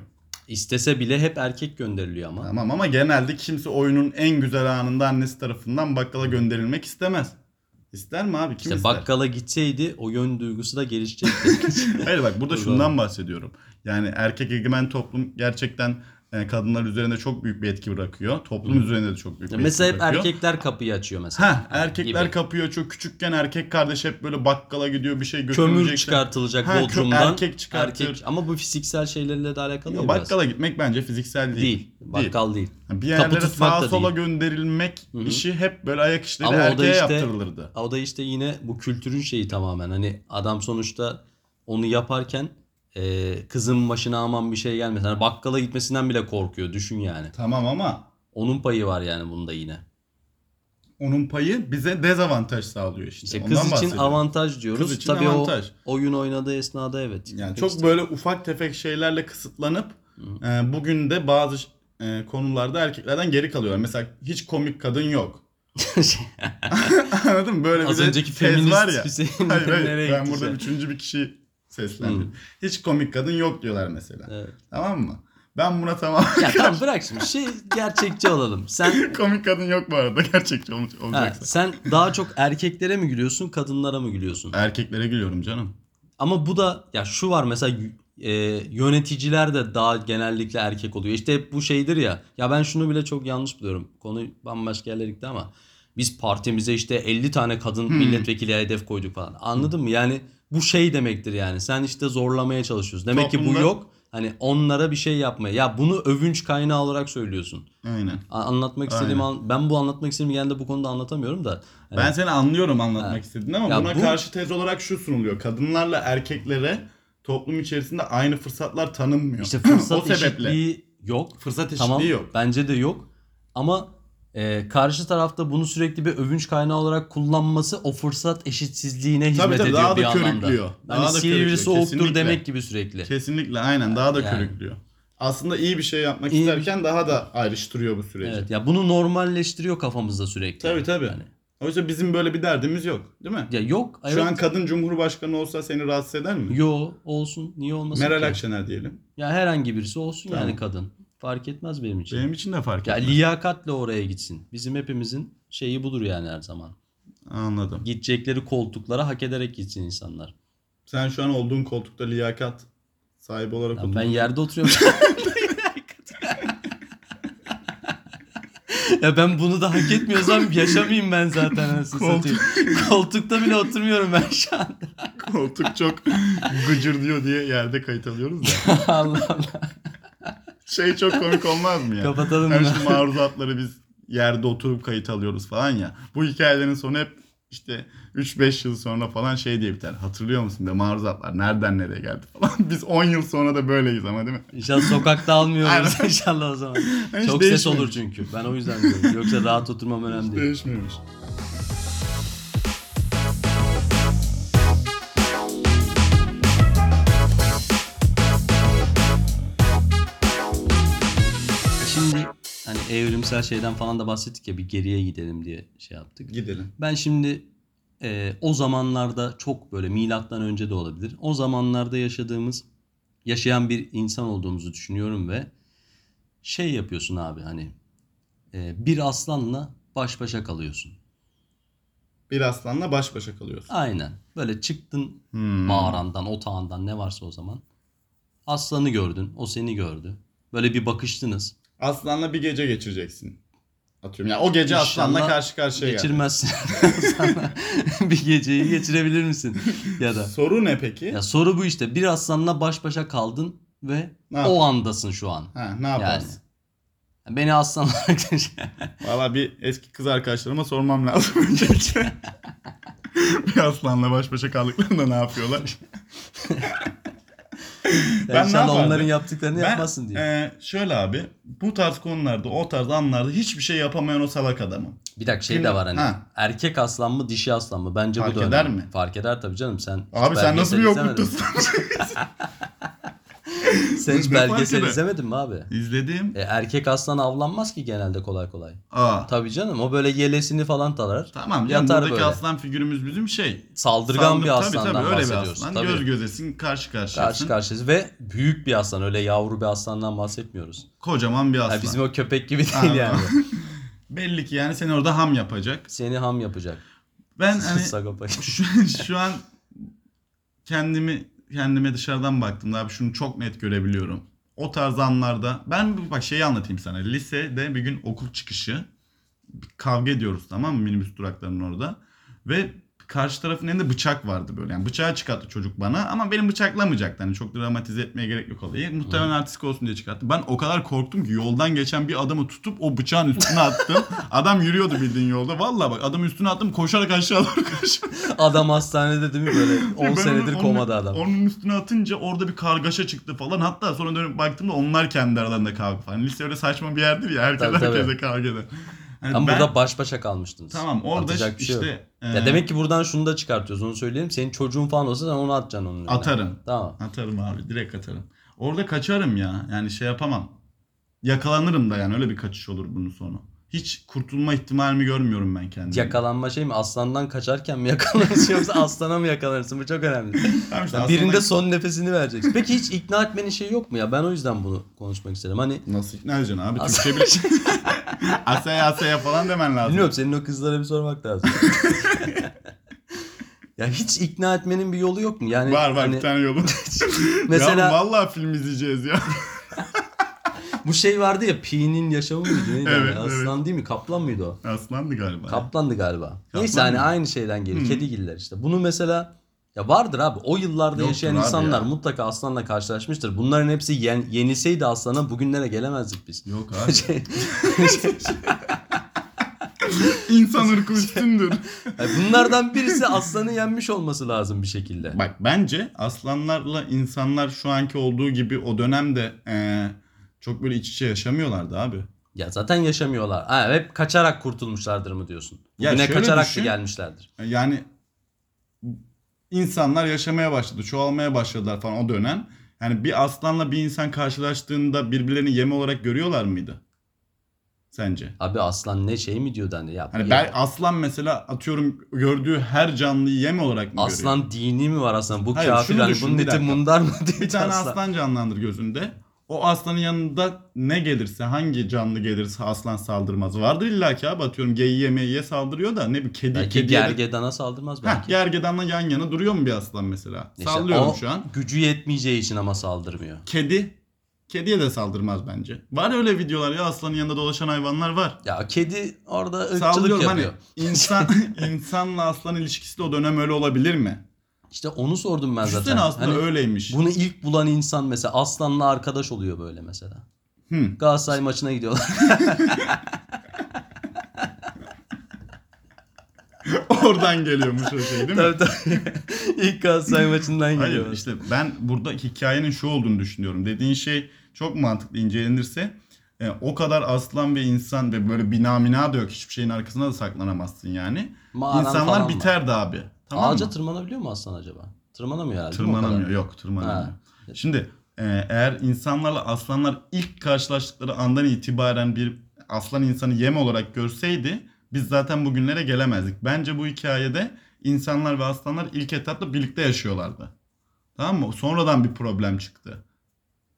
İstese bile hep erkek gönderiliyor ama.
Tamam ama genelde kimse oyunun en güzel anında annesi tarafından bakkala gönderilmek istemez. İster mi abi? Kim
İşte
ister?
bakkala gitseydi o yön duygusu da gelişecekti.
Hayır bak burada
Doğru.
şundan bahsediyorum. Yani erkek egemen toplum gerçekten e, kadınlar üzerinde çok büyük bir etki bırakıyor. Toplum üzerinde de çok büyük bir
mesela
etki
hep
bırakıyor.
erkekler kapıyı açıyor mesela.
Ha erkekler
Gibi.
kapıyı açıyor. Küçükken erkek kardeş hep böyle bakkala gidiyor bir şey götürecek.
Kömür çıkartılacak
Ha, kö-
bodrumdan.
erkek çıkartır.
ama bu fiziksel şeylerle de alakalı ya
Yok,
biraz.
bakkala gitmek bence fiziksel değil.
Değil. Bakkal değil.
Bir
Kapı
yerlere
tutmak
sağa
da
sola gönderilmek işi hep böyle ayak işleri
Ama o da
erkeğe
işte-
yaptırılırdı.
O da işte yine bu kültürün şeyi tamamen. Hani adam sonuçta onu yaparken e, kızın başına aman bir şey gelmesin. Hani bakkala gitmesinden bile korkuyor. Düşün yani.
Tamam ama
Onun payı var yani bunda yine.
onun payı bize dezavantaj sağlıyor işte.
İşte
Ondan
kız için
bahsediyorum.
avantaj diyoruz.
Kız için
Tabii
avantaj.
o oyun oynadığı esnada evet.
Yani çok böyle ufak tefek şeylerle kısıtlanıp e, bugün de bazı ş- e, konularda erkeklerden geri kalıyorlar. Mesela hiç komik kadın yok. Anladın mı? Böyle bir
Şey, Az
de
önceki
tez
feminist
var ya.
Hüseyin
Hayır, hayır.
nereye
Ben
gitti şey?
burada
sen?
üçüncü bir kişi seslendim. Hiç komik kadın yok diyorlar mesela.
Evet.
Tamam mı? Ben buna tamam.
Ya tamam bırak şimdi şey gerçekçi olalım. Sen
komik kadın yok bu arada. Gerçekçi ol-
ha,
olacaksa.
sen daha çok erkeklere mi gülüyorsun kadınlara mı gülüyorsun?
Erkeklere gülüyorum canım.
Ama bu da ya şu var mesela e, yöneticiler de daha genellikle erkek oluyor. İşte hep bu şeydir ya. Ya ben şunu bile çok yanlış buluyorum. Konu bambaşka yerlere gitti ama biz partimize işte 50 tane kadın
Hmm.
milletvekili hedef koyduk falan. Anladın mı? Yani bu şey demektir yani. Sen işte zorlamaya çalışıyorsun. Demek ki
Toplumda-
bu yok. Hani onlara bir şey yapmaya. Ya bunu övünç kaynağı olarak söylüyorsun.
Aynen.
A- Anlatmak istediğim
Aynen.
an- ben bu anlatmak istediğim genelde bu konuda anlatamıyorum da. Hani-
Ben seni anlıyorum anlatmak istediğini ama
Ya
buna
bu-
karşı tez olarak şu sunuluyor. Kadınlarla erkeklere toplum içerisinde aynı fırsatlar tanınmıyor.
İşte fırsat
o sebeple.
eşitliği yok.
Fırsat eşitliği
Tamam,
yok.
Bence de yok. Ama e, karşı tarafta bunu sürekli bir övünç kaynağı olarak kullanması o fırsat eşitsizliğine hizmet
tabii,
ediyor
daha
bir
da
anlamda.
körüklüyor. Daha da
hani
körüklüyor,
sivri soğuktur
kesinlikle.
demek gibi sürekli.
Kesinlikle aynen daha da
Yani.
körüklüyor. Aslında iyi bir şey yapmak
İyi bir-
isterken daha da ayrıştırıyor bu süreci.
Evet ya bunu normalleştiriyor kafamızda sürekli.
Tabii tabii.
Yani,
Oysa bizim böyle bir derdimiz yok değil mi?
ya yok.
Şu
evet.
an kadın cumhurbaşkanı olsa seni rahatsız eder mi?
Yo olsun niye olmasın
Meral
ki?
Akşener diyelim.
Ya herhangi birisi olsun
Tamam.
yani kadın. Fark etmez benim için.
Benim için de fark
Şey. Ya
etmez.
liyakatla oraya gitsin. Bizim hepimizin şeyi budur yani her zaman.
Anladım.
Gidecekleri koltuklara hak ederek gitsin insanlar.
Sen şu an olduğun koltukta liyakat sahibi olarak
Lan
otur.
ben yerde oturuyorum. ya ben bunu da hak etmiyorsam yaşamayayım ben zaten. anasını
Koltuk.
satayım. Koltukta bile oturmuyorum ben şu an.
Koltuk çok gıcır diyor diye yerde kayıt alıyoruz da.
Allah Allah.
Şey çok komik olmaz mı ya?
Kapatalım
Her
bunu.
şu maruzatları biz yerde oturup kayıt alıyoruz falan ya. Bu hikayelerin sonu hep işte 3-5 yıl sonra falan şey diye biter. Hatırlıyor musun be maruzatlar nereden nereye geldi falan. Biz 10 yıl sonra da böyleyiz ama değil mi?
İnşallah sokakta almıyoruz
Aynen.
inşallah o zaman.
Hiç
Çok ses
değişmemiş.
olur çünkü. Ben o yüzden diyorum. Yoksa rahat oturmam önemli değil.
Değişmemiş.
Şimdi hani evrimsel şeyden falan da bahsettik ya bir geriye gidelim diye şey yaptık.
Gidelim.
Ben şimdi e, o zamanlarda çok böyle milattan önce de olabilir. O zamanlarda yaşadığımız, yaşayan bir insan olduğumuzu düşünüyorum ve şey yapıyorsun abi hani e, bir aslanla baş başa kalıyorsun.
Bir aslanla baş başa kalıyorsun.
Aynen. Böyle çıktın
Hmm.
mağarandan, otağından ne varsa o zaman. Aslanı gördün, o seni gördü. Böyle bir bakıştınız.
Aslanla bir gece geçireceksin. Atıyorum. Ya o gece aslanla
İnşallah
karşı karşıya geldin.
Geçirmezsin. Sana bir geceyi geçirebilir misin? Ya da
Soru ne peki?
Ya soru bu işte. Bir aslanla baş başa kaldın ve
Ne
o
yapalım?
andasın şu an.
Ha, ne yaparsın?
Beni aslan olarak şey- düşün.
Valla bir eski kız arkadaşlarıma sormam lazım öncelikle. bir aslanla baş başa kaldıklarında ne yapıyorlar?
ben inşallah
yapardım?
onların yaptıklarını yapmasın diye.
e, şöyle abi bu tarz konularda o tarz anlarda hiçbir şey yapamayan o salak adamım.
Bir dakika şey
Şimdi-
de var hani.
Ha.
Erkek aslan mı dişi aslan mı? Bence
Fark
bu da
eder
önemli.
mi?
Fark eder tabii canım sen.
Abi sen
belgesel
nasıl bir
izlemedin mi?
yokluktasın?
Sen hiç
Ne fark
belgesel
eder?
izlemedin mi abi?
İzledim.
E, erkek aslan avlanmaz ki genelde kolay kolay.
Aa.
Tabii canım o böyle yelesini falan tarar.
Tamam canım
Yatar
buradaki
böyle.
aslan figürümüz bizim şey.
Saldırgan
Sandım-
bir aslandan
tabii, tabii, öyle bir
bahsediyoruz.
aslan.
Tabii.
Göz gözesin karşı
Karşı
karşıyasın.
karşıyayız ve büyük bir aslan öyle yavru bir aslandan bahsetmiyoruz.
Kocaman bir aslan.
Yani bizim o köpek gibi
Ha,
değil yani.
tamam. Belli ki yani seni orada ham yapacak.
Seni ham yapacak.
Ben hani
Sagopa.
şu, şu an kendimi kendime dışarıdan baktım abi şunu çok net görebiliyorum. O tarz anlarda ben bir- bak şeyi anlatayım sana. Lisede bir gün okul çıkışı bir kavga ediyoruz tamam mı minibüs duraklarının orada. Ve karşı tarafın elinde bıçak vardı böyle. Yani bıçağı çıkarttı çocuk bana ama benim bıçaklamayacaktı. Hani çok dramatize etmeye gerek yok olayı. Muhtemelen artistik olsun diye çıkarttı. Ben o kadar korktum ki yoldan geçen bir adamı tutup o bıçağın üstüne attım. Adam yürüyordu bildiğin yolda. Vallahi bak adamın üstüne attım koşarak aşağı doğru kaçtı.
adam hastanede değil mi böyle 10
Ben
senedir
onun-
komada adam.
Onun üstüne atınca orada bir kargaşa çıktı falan. Hatta sonra dönüp baktığımda onlar kendi aralarında kavga falan. Lise öyle saçma bir yerdir ya. Herkes
Tabii, tabii.
herkese kavga eder. Hani
Ama
ben-
burada baş başa kalmıştınız.
tamam orada
Atacak bir şey
işte
yok.
e,
Ya demek ki buradan şunu da çıkartıyoruz onu söyleyelim. Senin çocuğun falan olsa sen onu atacaksın onun önüne.
atarım.
Tamam.
Atarım abi direkt atarım. Orada kaçarım ya. Yani şey yapamam. Yakalanırım da yani öyle bir kaçış olur bunun sonu. Hiç kurtulma ihtimalimi görmüyorum ben kendimi.
Yakalanma şey mi? Aslandan kaçarken mi yakalanırsın yoksa aslana mı yakalanırsın? Bu çok önemli.
Tamam işte
Ya
aslında-
birinde son nefesini vereceksin. Peki hiç ikna etmenin şeyi yok mu ya? Ben o yüzden bunu konuşmak istedim. Hani
Nasıl ikna edeceksin abi?
As-
Türkçe bir Asaya asaya falan demen lazım.
bilmiyorum senin o kızlara bir sormak lazım. ya hiç ikna etmenin bir yolu yok mu? Yani
Var var
hani
bir tane yolu.
mesela
Ya vallahi film izleyeceğiz ya.
bu şey vardı ya Pi'nin yaşamı mıydı? Neydi?
Evet,
Yani Aslan değil mi? Kaplan mıydı o?
Aslandı galiba.
Kaplandı galiba. Neyse hani
mı?
aynı şeyden gelir.
Hı.
Kedigiller işte. Bunu mesela ya vardır abi. O yıllarda
Yoktur
yaşayan
abi
insanlar
ya.
mutlaka aslanla karşılaşmıştır. Bunların hepsi yen- yenilseydi aslana bugünlere gelemezdik biz.
Yok abi.
Şey-
İnsan ırkı üstündür.
Yani bunlardan birisi aslanı yenmiş olması lazım bir şekilde.
Bak bence aslanlarla insanlar şu anki olduğu gibi o dönemde eee, çok böyle iç içe yaşamıyorlardı abi.
Ya zaten yaşamıyorlar. Ha, hep kaçarak kurtulmuşlardır mı diyorsun?
Ya
Bugüne
şöyle
kaçarak
düşün.
da gelmişlerdir.
Yani insanlar yaşamaya başladı, çoğalmaya başladılar falan o dönem. Yani bir aslanla bir insan karşılaştığında birbirlerini yeme olarak görüyorlar mıydı? Sence?
Abi aslan ne şey mi diyor dendi ya.
Hani
bir-
ben aslan mesela atıyorum gördüğü her canlıyı yem olarak mı görüyor?
aslan dini mi var aslan? Bu
Hayır,
kafir
şunu
hani
düşün,
bunun
bir
eti
dakika.
mundar mı diyor
Bir tane
aslan.
aslan canlandır gözünde. O aslanın yanında ne gelirse hangi canlı gelirse aslan saldırmaz. Vardır illa ki abi atıyorum geyiğe meyiğe saldırıyor da ne bileyim kedi.
Belki
kediye de-
gergedana saldırmaz belki.
Heh, gergedanla yan yana duruyor mu bir aslan mesela?
İşte
Sallıyorum
o
şu an.
Gücü yetmeyeceği için ama saldırmıyor.
Kedi. Kediye de saldırmaz bence. Var öyle videolar ya aslanın yanında dolaşan hayvanlar var.
Ya kedi orada ırkçılık
Sallıyorum hani
yapıyor.
insan insanla aslan ilişkisi de o dönem öyle olabilir mi?
İşte onu sordum ben
Düşünsene
zaten.
aslında
Hani
öyleymiş.
bunu ilk bulan insan mesela aslanla arkadaş oluyor böyle mesela.
Hmm.
Galatasaray maçına gidiyorlar.
Oradan geliyormuş o şey değil mi?
tabii tabii. ilk Galatasaray maçından
Hayır
geliyorlar.
işte ben burada hikayenin şu olduğunu düşünüyorum. Dediğin şey çok mantıklı incelenirse e, o kadar aslan ve insan ve böyle binamina da yok. Hiçbir şeyin arkasına da saklanamazsın yani.
Mağaran falan
İnsanlar
var.
biterdi abi. Tamam
Ağaca
mı?
tırmanabiliyor mu aslan acaba? Tırmanamıyor herhalde. değil mi o kadar?
Tırmanamıyor. Yok tırmanamıyor.
Ha.
Şimdi e, eğer insanlarla aslanlar ilk karşılaştıkları andan itibaren bir aslan insanı yem olarak görseydi biz zaten bugünlere gelemezdik. Bence bu hikayede insanlar ve aslanlar ilk etapta birlikte yaşıyorlardı. Tamam mı? Sonradan bir problem çıktı.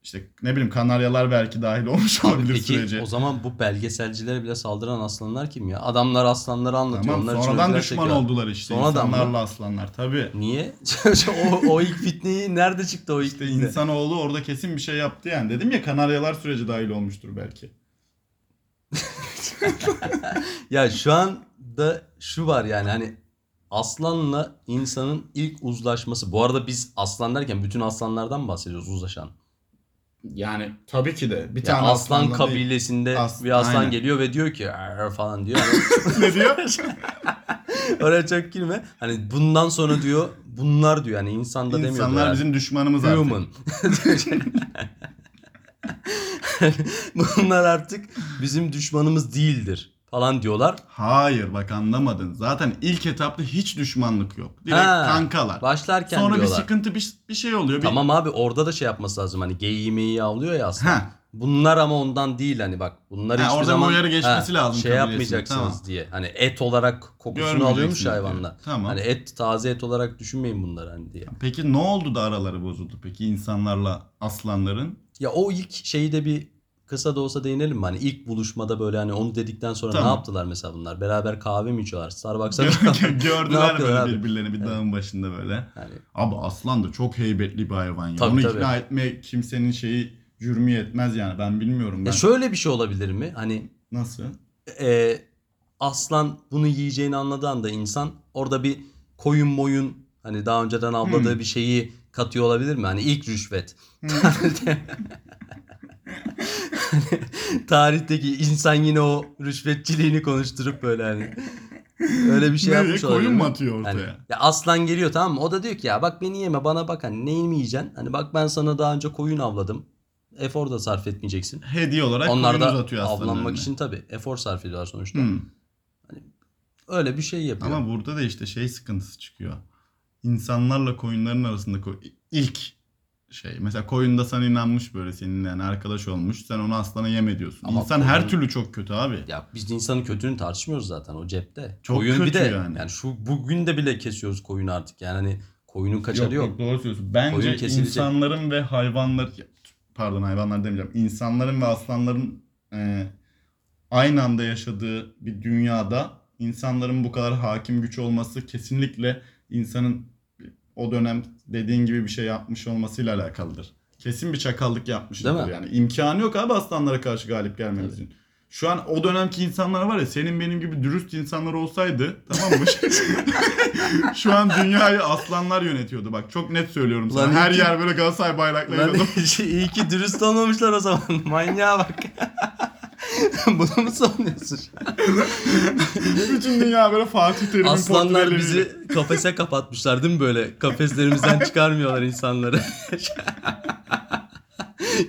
İşte ne bileyim kanaryalar belki dahil olmuş olabilir
Peki
sürece.
o zaman bu belgeselcilere bile saldıran aslanlar kim ya? Adamlar aslanları anlatıyor.
Tamam,
onlar için
sonradan
ödüller
düşman
çekiyor.
oldular işte
Sonradan mı?
insanlarla aslanlar tabii.
Niye? o, o ilk fitneyi nerede çıktı o ilk
İşte
fitne?
insanoğlu orada kesin bir şey yaptı yani. Dedim ya kanaryalar süreci dahil olmuştur belki.
Ya şu anda şu var yani hani aslanla insanın ilk uzlaşması. Bu arada biz aslan derken bütün aslanlardan bahsediyoruz uzlaşan.
Yani tabii ki de. Bir
Ya aslan
aslanla değil.
kabilesinde
As-
bir aslan
aynen.
geliyor ve diyor ki "Arr" falan diyor.
ne diyor?
Oraya çok girme. Hani bundan sonra diyor bunlar diyor yani insan da demiyor.
İnsanlar bizim düşmanımız artık.
Human. Bunlar artık bizim düşmanımız değildir. falan diyorlar.
Hayır bak anlamadın. Zaten ilk etapta hiç düşmanlık yok. Direkt
Ha,
kankalar.
Başlarken
Sonra
diyorlar.
bir sıkıntı bir, bir şey oluyor. Bir...
Tamam abi orada da şey yapması lazım hani geyiği meyiği avlıyor ya aslında.
Ha,
Bunlar ama ondan değil hani bak bunlar
Ha,
hiçbir
oradan
zaman
bu uyarı geçmesi lazım
şey
kabilesinin,
yapmayacaksınız
tamam.
diye. Hani et olarak kokusunu
Görmeyeceksiniz
alıyormuş
diyor.
hayvanlar.
Tamam.
Hani et taze et olarak düşünmeyin bunları hani diye.
peki ne oldu da araları bozuldu peki insanlarla aslanların?
Ya o ilk şeyi de bir kısa da olsa değinelim mi? Hani ilk buluşmada böyle hani onu dedikten sonra ne
Tamam.
yaptılar mesela bunlar? Beraber kahve mi içiyorlar? Starbucks'a mı? Ne
Gördüler
yapıyorlar
böyle
abi?
birbirlerini bir dağın başında böyle.
Yani
Abi aslan da çok heybetli bir hayvan ya.
Tabii,
Onu
tabii.
ikna etme kimsenin şeyi cürmü yetmez yani ben bilmiyorum. Ben...
Ya şöyle bir şey olabilir mi? Hani
Nasıl?
e, aslan bunu yiyeceğini anladığı anda insan orada bir koyun moyun hani daha önceden avladığı
Hmm.
bir şeyi katıyor olabilir mi? Hani ilk rüşvet. Tarihte- Hani tarihteki insan yine o rüşvetçiliğini konuşturup böyle hani öyle bir şey
Nereye
yapmış olabilir
koyun
mi?
mu atıyor ortaya?
Hani, ya aslan geliyor tamam mı? O da diyor ki ya bak beni yeme bana bak hani neyimi yiyeceksin? Hani bak ben sana daha önce koyun avladım. Efor da sarf etmeyeceksin.
Hediye olarak
Onlar
koyun
da
uzatıyor aslanın
avlanmak
önüne. Hmm.
için tabii efor sarf ediyorlar sonuçta.
Hı.
Öyle bir şey yapıyor.
Ama burada da işte şey sıkıntısı çıkıyor. İnsanlarla koyunların arasında koy- ilk şey. Mesela koyun da sana inanmış böyle seninle yani arkadaş olmuş. Sen onu aslana yeme diyorsun.
Ama
İnsan her
koyun-
türlü çok kötü abi.
Ya biz insanın kötülüğünü tartışmıyoruz zaten o cepte.
Çok
koyun bir
kötü
de
yani.
yani. şu bugün de bile kesiyoruz koyunu artık. Yani hani koyunun kaçarı yok.
doğru söylüyorsun. Bence
Koyun kesilecek.
insanların ve hayvanlar pardon hayvanlar demeyeceğim. İnsanların ve aslanların e, aynı anda yaşadığı bir dünyada insanların bu kadar hakim güç olması kesinlikle insanın o dönem dediğin gibi bir şey yapmış olmasıyla alakalıdır. Kesin bir çakallık yapmıştır
Değil mi?
yani. İmkanı yok abi aslanlara karşı galip gelmemiz için. Şu an o dönemki insanlar var ya senin benim gibi dürüst insanlar olsaydı tamam mı? Şu an dünyayı aslanlar yönetiyordu bak çok net söylüyorum sana.
Lan
Her
iki-
yer böyle Galatasaray bayraklarıyla
Lan
dolu.
şey, iyi ki dürüst olmamışlar o zaman. Manyağa bak. Bunu mu savunuyorsun?
Bütün dünya böyle Fatih Terim'in
Aslanlar
portreleriyle.
bizi kafese kapatmışlar değil mi böyle? Kafeslerimizden çıkarmıyorlar insanları.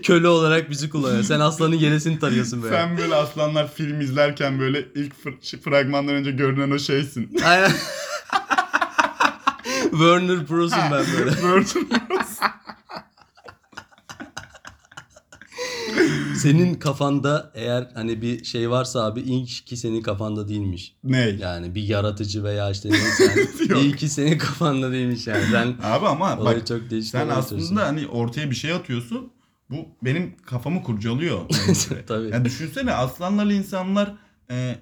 Köle olarak bizi kullanıyor. Sen aslanın gelesini tarıyorsun böyle.
Sen böyle aslanlar film izlerken böyle ilk fır- şey, fragmandan önce görünen o şeysin.
Aynen. Werner Brus'um ben böyle.
Burton
Senin kafanda eğer hani bir şey varsa abi iyi ki senin kafanda değilmiş.
Ney?
Yani bir yaratıcı veya işte neyse
Yok.
yani, iyi ki senin kafanda değilmiş yani. Sen
Abi ama
olayı
bak
çok değişik
sen
anlatıyorsun.
aslında hani ortaya bir şey atıyorsun. Bu benim kafamı kurcalıyor.
Tabii.
Ya düşünsene aslanlarla insanlar e,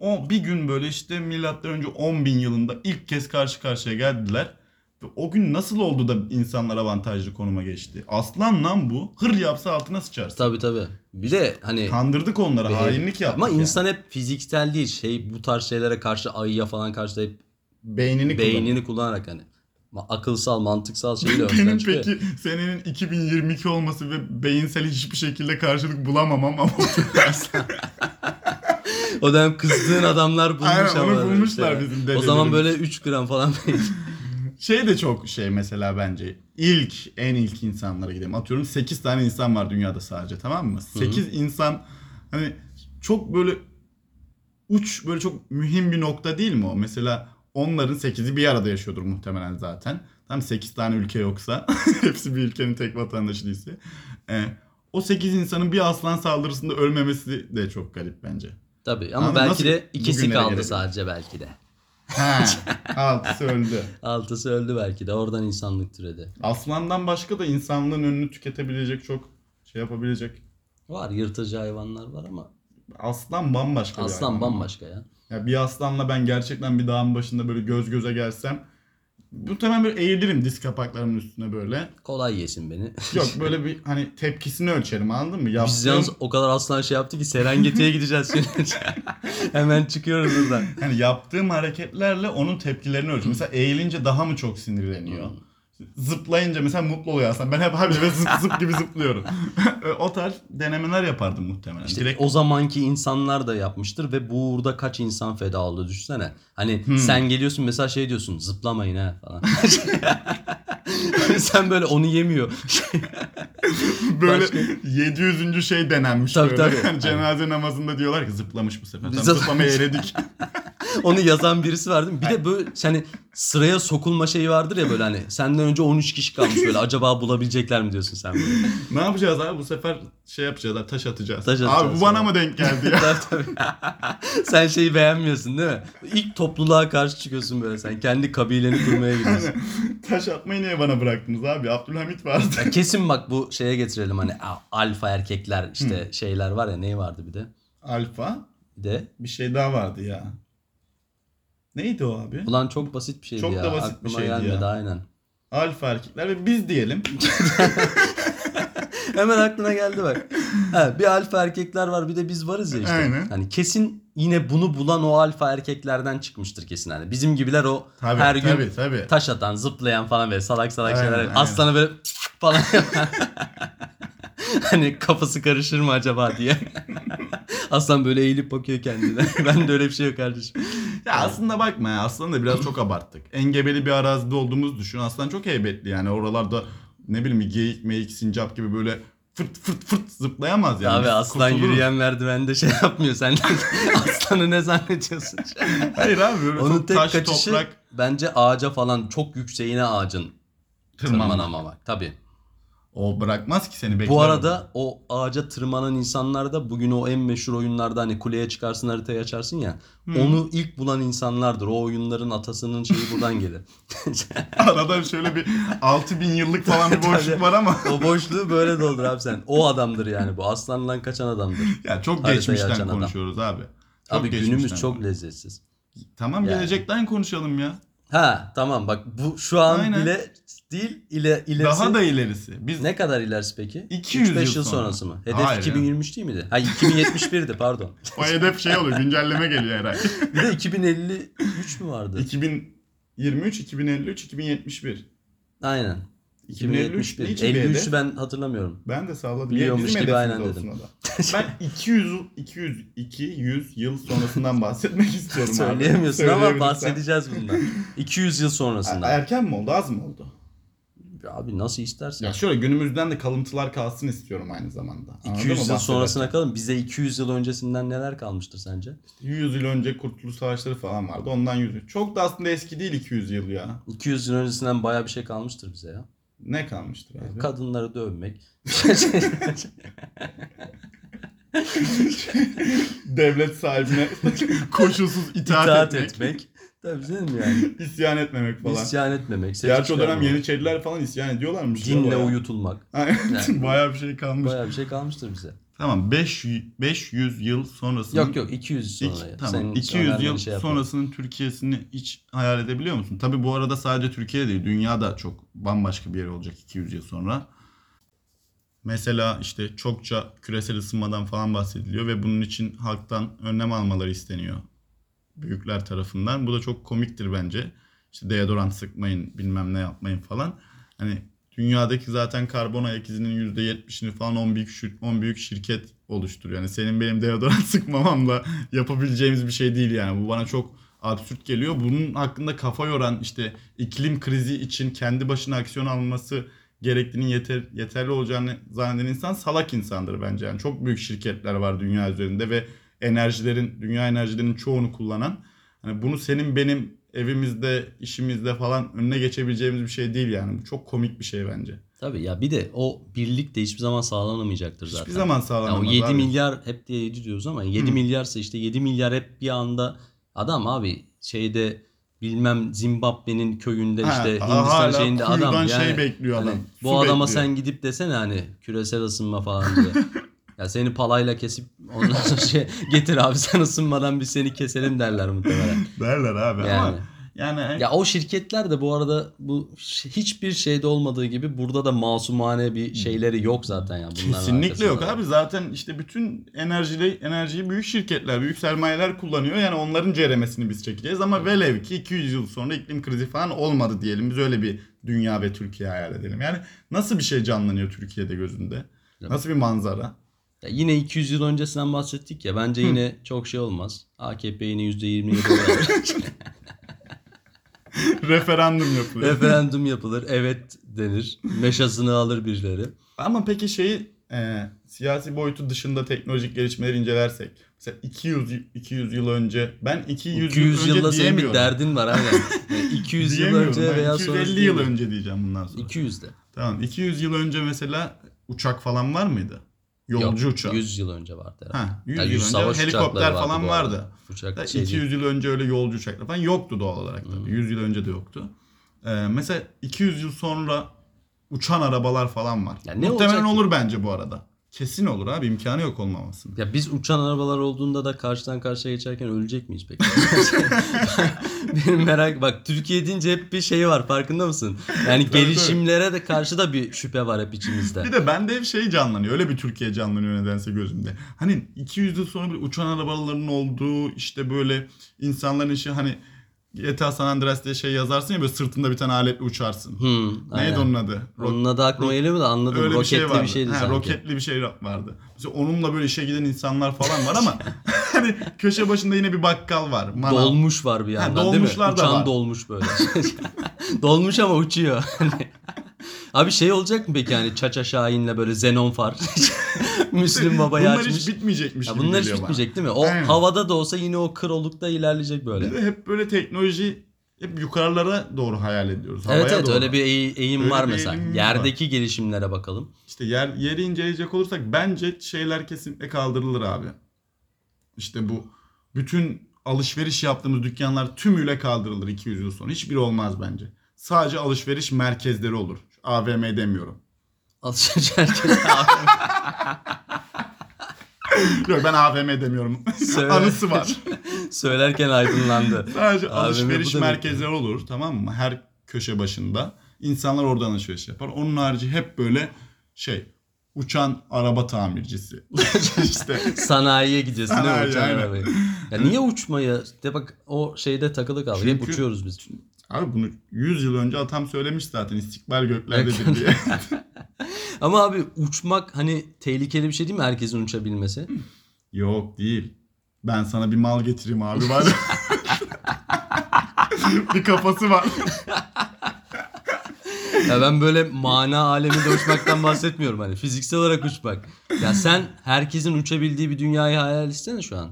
o bir gün böyle işte milattan önce 10 bin yılında ilk kez karşı karşıya geldiler. Ve O gün nasıl oldu da insanlar avantajlı konuma geçti? Aslan lan bu. Hır yapsa altına sıçarsın.
Tabii tabii. Bir de hani
Kandırdık onları.
Ve-
hainlik yaptık.
ama
yani.
insan hep fiziksel değil şey bu tarz şeylere karşı ayıya falan karşı da hep
beynini, kullanıyor.
beynini kullanarak hani ma- akılsal mantıksal şeyle
Benim
önden çıkıyor.
peki senenin 2022 olması ve beyinsel hiçbir şekilde karşılık bulamamam ama
O dönem kızdığın adamlar bulmuş
Aynen, onu
ama böyle
bulmuşlar
işte.
bizim
O
dedelerimiz.
zaman böyle 3 gram falan beyin.
Şey de çok şey mesela bence ilk en ilk insanlara gidelim. Atıyorum 8 tane insan var dünyada sadece tamam mı? 8 insan hani çok böyle uç böyle çok mühim bir nokta değil mi o? Mesela onların 8'i bir arada yaşıyordur muhtemelen zaten. Tam 8 tane ülke yoksa hepsi bir ülkenin tek vatandaşı değilse. Ee, o 8 insanın bir aslan saldırısında ölmemesi de çok garip bence.
Tabii ama
Abi nasıl
belki de ikisi
bugünlere
kaldı
gelebildik?
sadece belki de.
Ha, altısı öldü.
Altısı öldü belki de oradan insanlık türedi.
Aslandan başka da insanlığın önünü tüketebilecek çok şey yapabilecek.
Var yırtıcı hayvanlar var ama
Aslan bambaşka bir
aslan
hayvan.
bambaşka ya.
Ya bir aslanla ben gerçekten bir dağın başında böyle göz göze gelsem bu tamamen böyle eğilirim diz kapaklarımın üstüne böyle.
Kolay yesin beni.
Yok böyle bir hani tepkisini ölçerim anladın mı?
Biz
Yaptığım,
yalnız o kadar aslan şey yaptı ki Serengeti'ye gideceğiz şimdi. Hemen çıkıyoruz buradan.
hani yaptığım hareketlerle onun tepkilerini ölçerim. Mesela eğilince daha mı çok sinirleniyor?
Hmm.
Zıplayınca mesela mutlu oluyor aslan. Ben hep abi zıp zıp gibi zıplıyorum. E, o tarz denemeler yapardım muhtemelen.
İşte
Direkt
o zamanki insanlar da yapmıştır ve bu uğurda kaç insan feda oldu düşünsene. Hani sen geliyorsun mesela şey diyorsun zıplamayın ha falan. sen böyle onu yemiyor.
böyle
Başka-
700. şey denenmiş
Tabii,
böyle.
tabii.
Yani cenaze namazında diyorlar ki zıplamış bu sefer. Tam
Zıplamış.
zıplamaya eredik.
Onu yazan birisi var değil mi? Bir de böyle hani sıraya sokulma şeyi vardır ya böyle hani senden önce 13 kişi kalmış böyle acaba bulabilecekler mi diyorsun sen böyle?
ne yapacağız abi bu sefer şey yapacağız abi, taş atacağız.
Taş
abi
atacağız,
bu bana
evet.
mı denk geldi ya?
Tabii, tabii. sen şeyi beğenmiyorsun değil mi? İlk topluluğa karşı çıkıyorsun böyle sen kendi kabileni kurmaya gidiyorsun.
taş atmayı niye bana bıraktınız abi? Abdülhamit vardı.
Ya kesin bak bu şeye getirelim hani a- alfa erkekler işte şeyler var ya neyi vardı bir de?
Alfa
Bir de
bir şey daha vardı ya. Neydi o abi?
ulan çok basit bir şeydi
Çok
ya.
da basit bir
Aklıma
şeydi ya.
gelmedi aynen.
Alfa erkekler ve biz diyelim.
Hemen aklına geldi bak. Ha, bir alfa erkekler var bir de biz varız ya işte.
Aynen.
Hani kesin yine bunu bulan o alfa erkeklerden çıkmıştır kesin hani. Bizim gibiler o
Tabii,
her gün
tabii, tabii.
taş atan, zıplayan falan böyle salak salak
Aynen,
şeyler.
aynen.
Aslanı böyle falan yapan. hani kafası karışır mı acaba diye. Aslan böyle eğilip bakıyor kendine. ben de öyle bir şey yok kardeşim.
Ya aslında bakma ya aslan da biraz çok abarttık. Engebeli bir arazide olduğumuzu düşün. Aslan çok heybetli yani oralarda ne bileyim geyik meyik sincap gibi böyle fırt fırt fırt zıplayamaz yani.
Abi
Biz
aslan
kurtuluruz.
yürüyen merdivende şey yapmıyor. Sen aslanı ne zannediyorsun?
Hayır abi böyle
Onun
çok
tek
taş
kaçışı
toprak
bence ağaca falan çok yükseğine ağacın
tırmanma.
tırmanamamak. Tabii.
O bırakmaz ki seni bekler.
Bu
orada.
arada o ağaca tırmanan insanlar da bugün o en meşhur oyunlarda hani kuleye çıkarsın haritayı açarsın ya.
Hmm.
Onu ilk bulan insanlardır. O oyunların atasının şeyi buradan gelir.
arada şöyle bir 6000 yıllık falan bir boşluk
Tabii.
var ama
o boşluğu böyle doldur abi sen. O adamdır yani bu. Aslanla kaçan adamdır.
ya çok
Haritayı açan
geçmişten
adam.
konuşuyoruz abi. Çok
abi
geçmişten
günümüz çok
konuş-
lezzetsiz.
Tamam
Yani.
gelecekten konuşalım ya.
Ha tamam bak bu şu an
Aynen.
bile değil ile ilerisi.
Daha da ilerisi. Biz
Ne kadar ilerisi peki?
200
3-5 yıl,
yıl sonra.
sonrası mı? Hedef
Hayır ya.
2023 değil miydi? Ha 2071'di pardon.
o hedef şey oluyor güncelleme geliyor her ay.
Bir de 2053 mü vardı?
2023, 2053, 2071.
Aynen.
2053 ne
2071.
için bir hedef?
53'ü ben hatırlamıyorum.
Ben de salladım.
Biliyormuş
Bizim
gibi
hedefimiz
aynen
olsun
dedim.
o da. Ben 200, 200, 200 yıl sonrasından bahsetmek istiyorum abi.
Söyleyemiyorsun ama
Söyleyebilirsem.
bahsedeceğiz bundan. 200 yıl
E-
sonrasından.
Erken mi oldu az mı oldu?
Abi nasıl istersen.
Ya şöyle günümüzden de kalıntılar kalsın istiyorum aynı zamanda. Anladın
200
mı?
yıl
Bahsederken.
sonrasına kalın. Bize 200 yıl öncesinden neler kalmıştır sence?
100 yıl önce Kurtuluş Savaşları falan vardı. Ondan 100 yıl. Çok da aslında eski değil 200 yıl ya.
200 yıl öncesinden baya bir şey kalmıştır bize ya.
Ne kalmıştır abi?
Kadınları dövmek.
Devlet sahibine koşulsuz itaat,
itaat
etmek,
etmek. Tabii canım yani.
isyan etmek falan.
İsyan etmemek. ses
Gerçi o dönem
çıkarmamak.
Yeniçeriler falan isyan ediyorlarmış. ya
Dinle
bayağı.
uyutulmak.
Aynen. Bayağı bir şey kalmış.
Baya bir şey kalmıştır bize.
Tamam 5 500 yıl sonrasının
Yok yok 200
İki-
sonra. ya.
tamam,
Senin
200 yıl
önerdiğin şey yapalım.
sonrasının Türkiye'sini hiç hayal edebiliyor musun? Tabi bu arada sadece Türkiye değil, dünya da çok bambaşka bir yer olacak 200 yıl sonra. Mesela işte çokça küresel ısınmadan falan bahsediliyor ve bunun için halktan önlem almaları isteniyor büyükler tarafından. Bu da çok komiktir bence. İşte deodorant sıkmayın, bilmem ne yapmayın falan. Hani dünyadaki zaten karbon ayak izinin %70'ini falan 10 büyük, şir- 10 büyük şirket oluşturuyor. Yani senin benim deodorant sıkmamamla yapabileceğimiz bir şey değil yani. Bu bana çok absürt geliyor. Bunun hakkında kafa yoran işte iklim krizi için kendi başına aksiyon alması gerektiğinin yeter, yeterli olacağını zanneden insan salak insandır bence. Yani çok büyük şirketler var dünya üzerinde ve enerjilerin, dünya enerjilerinin çoğunu kullanan. Hani bunu senin benim evimizde, işimizde falan önüne geçebileceğimiz bir şey değil yani. Bu çok komik bir şey bence.
Tabii ya bir de o birlik de hiçbir zaman sağlanamayacaktır zaten.
Hiçbir zaman
Ya o
sağlanamaz
7
abi.
milyar hep diye 7 diyoruz ama 7
Hı.
milyarsa işte 7 milyar hep bir anda adam abi şeyde bilmem Zimbabwe'nin köyünde
Ha,
işte
ha,
Hindistan
hala
şeyinde adam
kuyudan
yani
şey bekliyor
hani
adam, su
bu adama
bekliyor.
sen gidip desene hani küresel ısınma falan diye. ya seni palayla kesip ondan sonra şey getir abi sen ısınmadan biz seni keselim derler muhtemelen.
Derler abi
Yani.
ama yani e,
Ya o şirketler de bu arada bu ş- hiçbir şeyde olmadığı gibi burada da masumane bir şeyleri yok zaten ya bunların
Kesinlikle yok
arkasında.
abi. Zaten işte bütün enerjiyi enerjiyi büyük şirketler, büyük sermayeler kullanıyor. Yani onların ceremesini biz çekeceğiz ama velev ki 200 yıl sonra iklim krizi falan olmadı diyelim. Biz öyle bir dünya ve Türkiye hayal edelim. Yani nasıl bir şey canlanıyor Türkiye'de gözünde? Nasıl bir manzara?
Ya yine 200 yıl öncesinden bahsettik ya. Bence yine çok şey olmaz. AKP yine %20 alır.
Referandum yapılıyor.
Referandum yapılır. Evet denir. Meşasını alır birileri.
Ama peki şeyi e, siyasi boyutu dışında teknolojik gelişmeleri incelersek. Mesela 200, y- 200 yıl önce ben 200,
200
yıl
yılla
önce
senin bir
diyemiyorum.
derdin var aynen. Yani 200 yıl
Diyemiyorum.
önce
Ben
veya
250
sonrası
yıl
değil.
önce diyeceğim bundan sonra.
200 de.
Tamam 200 yıl önce mesela uçak falan var mıydı? Yolcu
Yok,
uçağı.
100 yıl önce vardı herhalde.
Ha, 100
Yani
yıl
100 savaş
önce helikopter
uçakları vardı
falan
bu
vardı.
arada. Uçak
Da
şey değil. Hmm.
200 yıl önce öyle yolcu uçakları falan yoktu doğal olarak tabii. 100 yıl önce de yoktu. Ee, mesela 200 yıl sonra uçan arabalar falan var.
Ya ne
Muhtemelen
olacak ki?
olur bence bu arada. Kesin olur abi imkanı yok olmamasın.
Ya biz uçan arabalar olduğunda da karşıdan karşıya geçerken ölecek miyiz peki? Benim merak bak Türkiye deyince hep bir şey var farkında mısın? Yani
tabii.
gelişimlere de karşıda bir şüphe var hep içimizde.
Bir de bende hep şey canlanıyor. Öyle bir Türkiye canlanıyor nedense gözümde. Hani 200 yıl sonra bir uçan arabaların olduğu işte böyle insanların işi hani GTA San Andreas diye şey yazarsın ya böyle sırtında bir tane aletle uçarsın.
Hmm,
Neydi
aynen.
onun adı? Rock-
Onun adı aklıma geliyor mu da anladım.
Öyle bir
roketli
şey vardı.
bir şeydi
ha,
sanki.
Roketli bir şey vardı. Mesela onunla böyle işe giden insanlar falan var ama hani köşe başında yine bir bakkal var. Manav.
Dolmuş var bir yandan değil mi?
dolmuşlar da
Uçan
var.
dolmuş böyle. dolmuş ama uçuyor. Abi şey olacak mı peki yani Çaça Şahin'le böyle Zenon Far Müslüm Baba'yı
Bunlar
açmış.
hiç bitmeyecekmiş
Ya
gibi
bunlar hiç
geliyor
bitmeyecek değil mi? O
Aynen.
havada da olsa yine o krolukta ilerleyecek böyle.
bana. Bir de hep böyle teknoloji hep yukarılara doğru hayal ediyoruz. Havaya
evet evet
doğru.
öyle bir eğ- eğim
Öyle
var
bir
mesela.
eğilim var.
Yerdeki gelişimlere bakalım.
İşte yer, yeri inceleyecek olursak bence şeyler kesinlikle kaldırılır abi. İşte bu bütün alışveriş yaptığımız dükkanlar tümüyle kaldırılır 200 yıl sonra. Hiçbiri olmaz bence. Sadece alışveriş merkezleri olur. Şu AVM demiyorum.
Alışveriş herkese
Yok ben AVM demiyorum.
Söyle.
Anısı var.
söylerken aydınlandı.
Sadece
AVM bu
alışveriş
demek
merkezleri olur tamam mı? Her köşe başında. insanlar oradan alışveriş yapar. Onun harici hep böyle şey uçan araba tamircisi. işte
Sanayiye gideceğiz değil mi
Sanayi,
uçan
aynen.
arabayı? Ya niye uçmaya? De bak o şeyde takılı kaldı. Hep
Çünkü-
uçuyoruz biz.
abi bunu 100 yıl önce atam söylemiş zaten istikbal göklerdedir diye.
Ama abi uçmak hani tehlikeli bir şey değil mi herkesin uçabilmesi?
Yok değil. Ben sana bir mal getireyim abi var. bir kafası var.
Ya ben böyle mana aleminde uçmaktan bahsetmiyorum hani fiziksel olarak uçmak. Ya sen herkesin uçabildiği bir dünyayı hayal etsene şu an.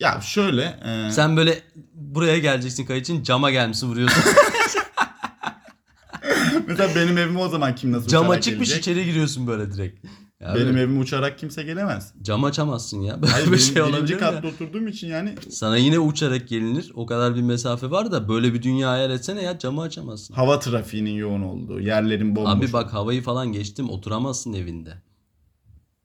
Ya şöyle. e,
Sen böyle buraya geleceksin kayıt için cama gelmişsin vuruyorsun.
mesela benim evime o zaman kim nasıl
Cam
uçarak
açıkmış
gelecek?
içeri giriyorsun böyle direkt. Ya
Benim
abi,
evime uçarak kimse gelemez.
cam açamazsın ya. Böyle
Hayır
bir
benim
şey
birinci
olabilir mi?
katta oturduğum için yani
Sana yine uçarak gelinir. O kadar bir mesafe var da böyle bir dünya hayal etsene ya camı açamazsın.
hava trafiğinin yoğun olduğu, yerlerin bomboş.
Abi bak havayı falan geçtim oturamazsın evinde.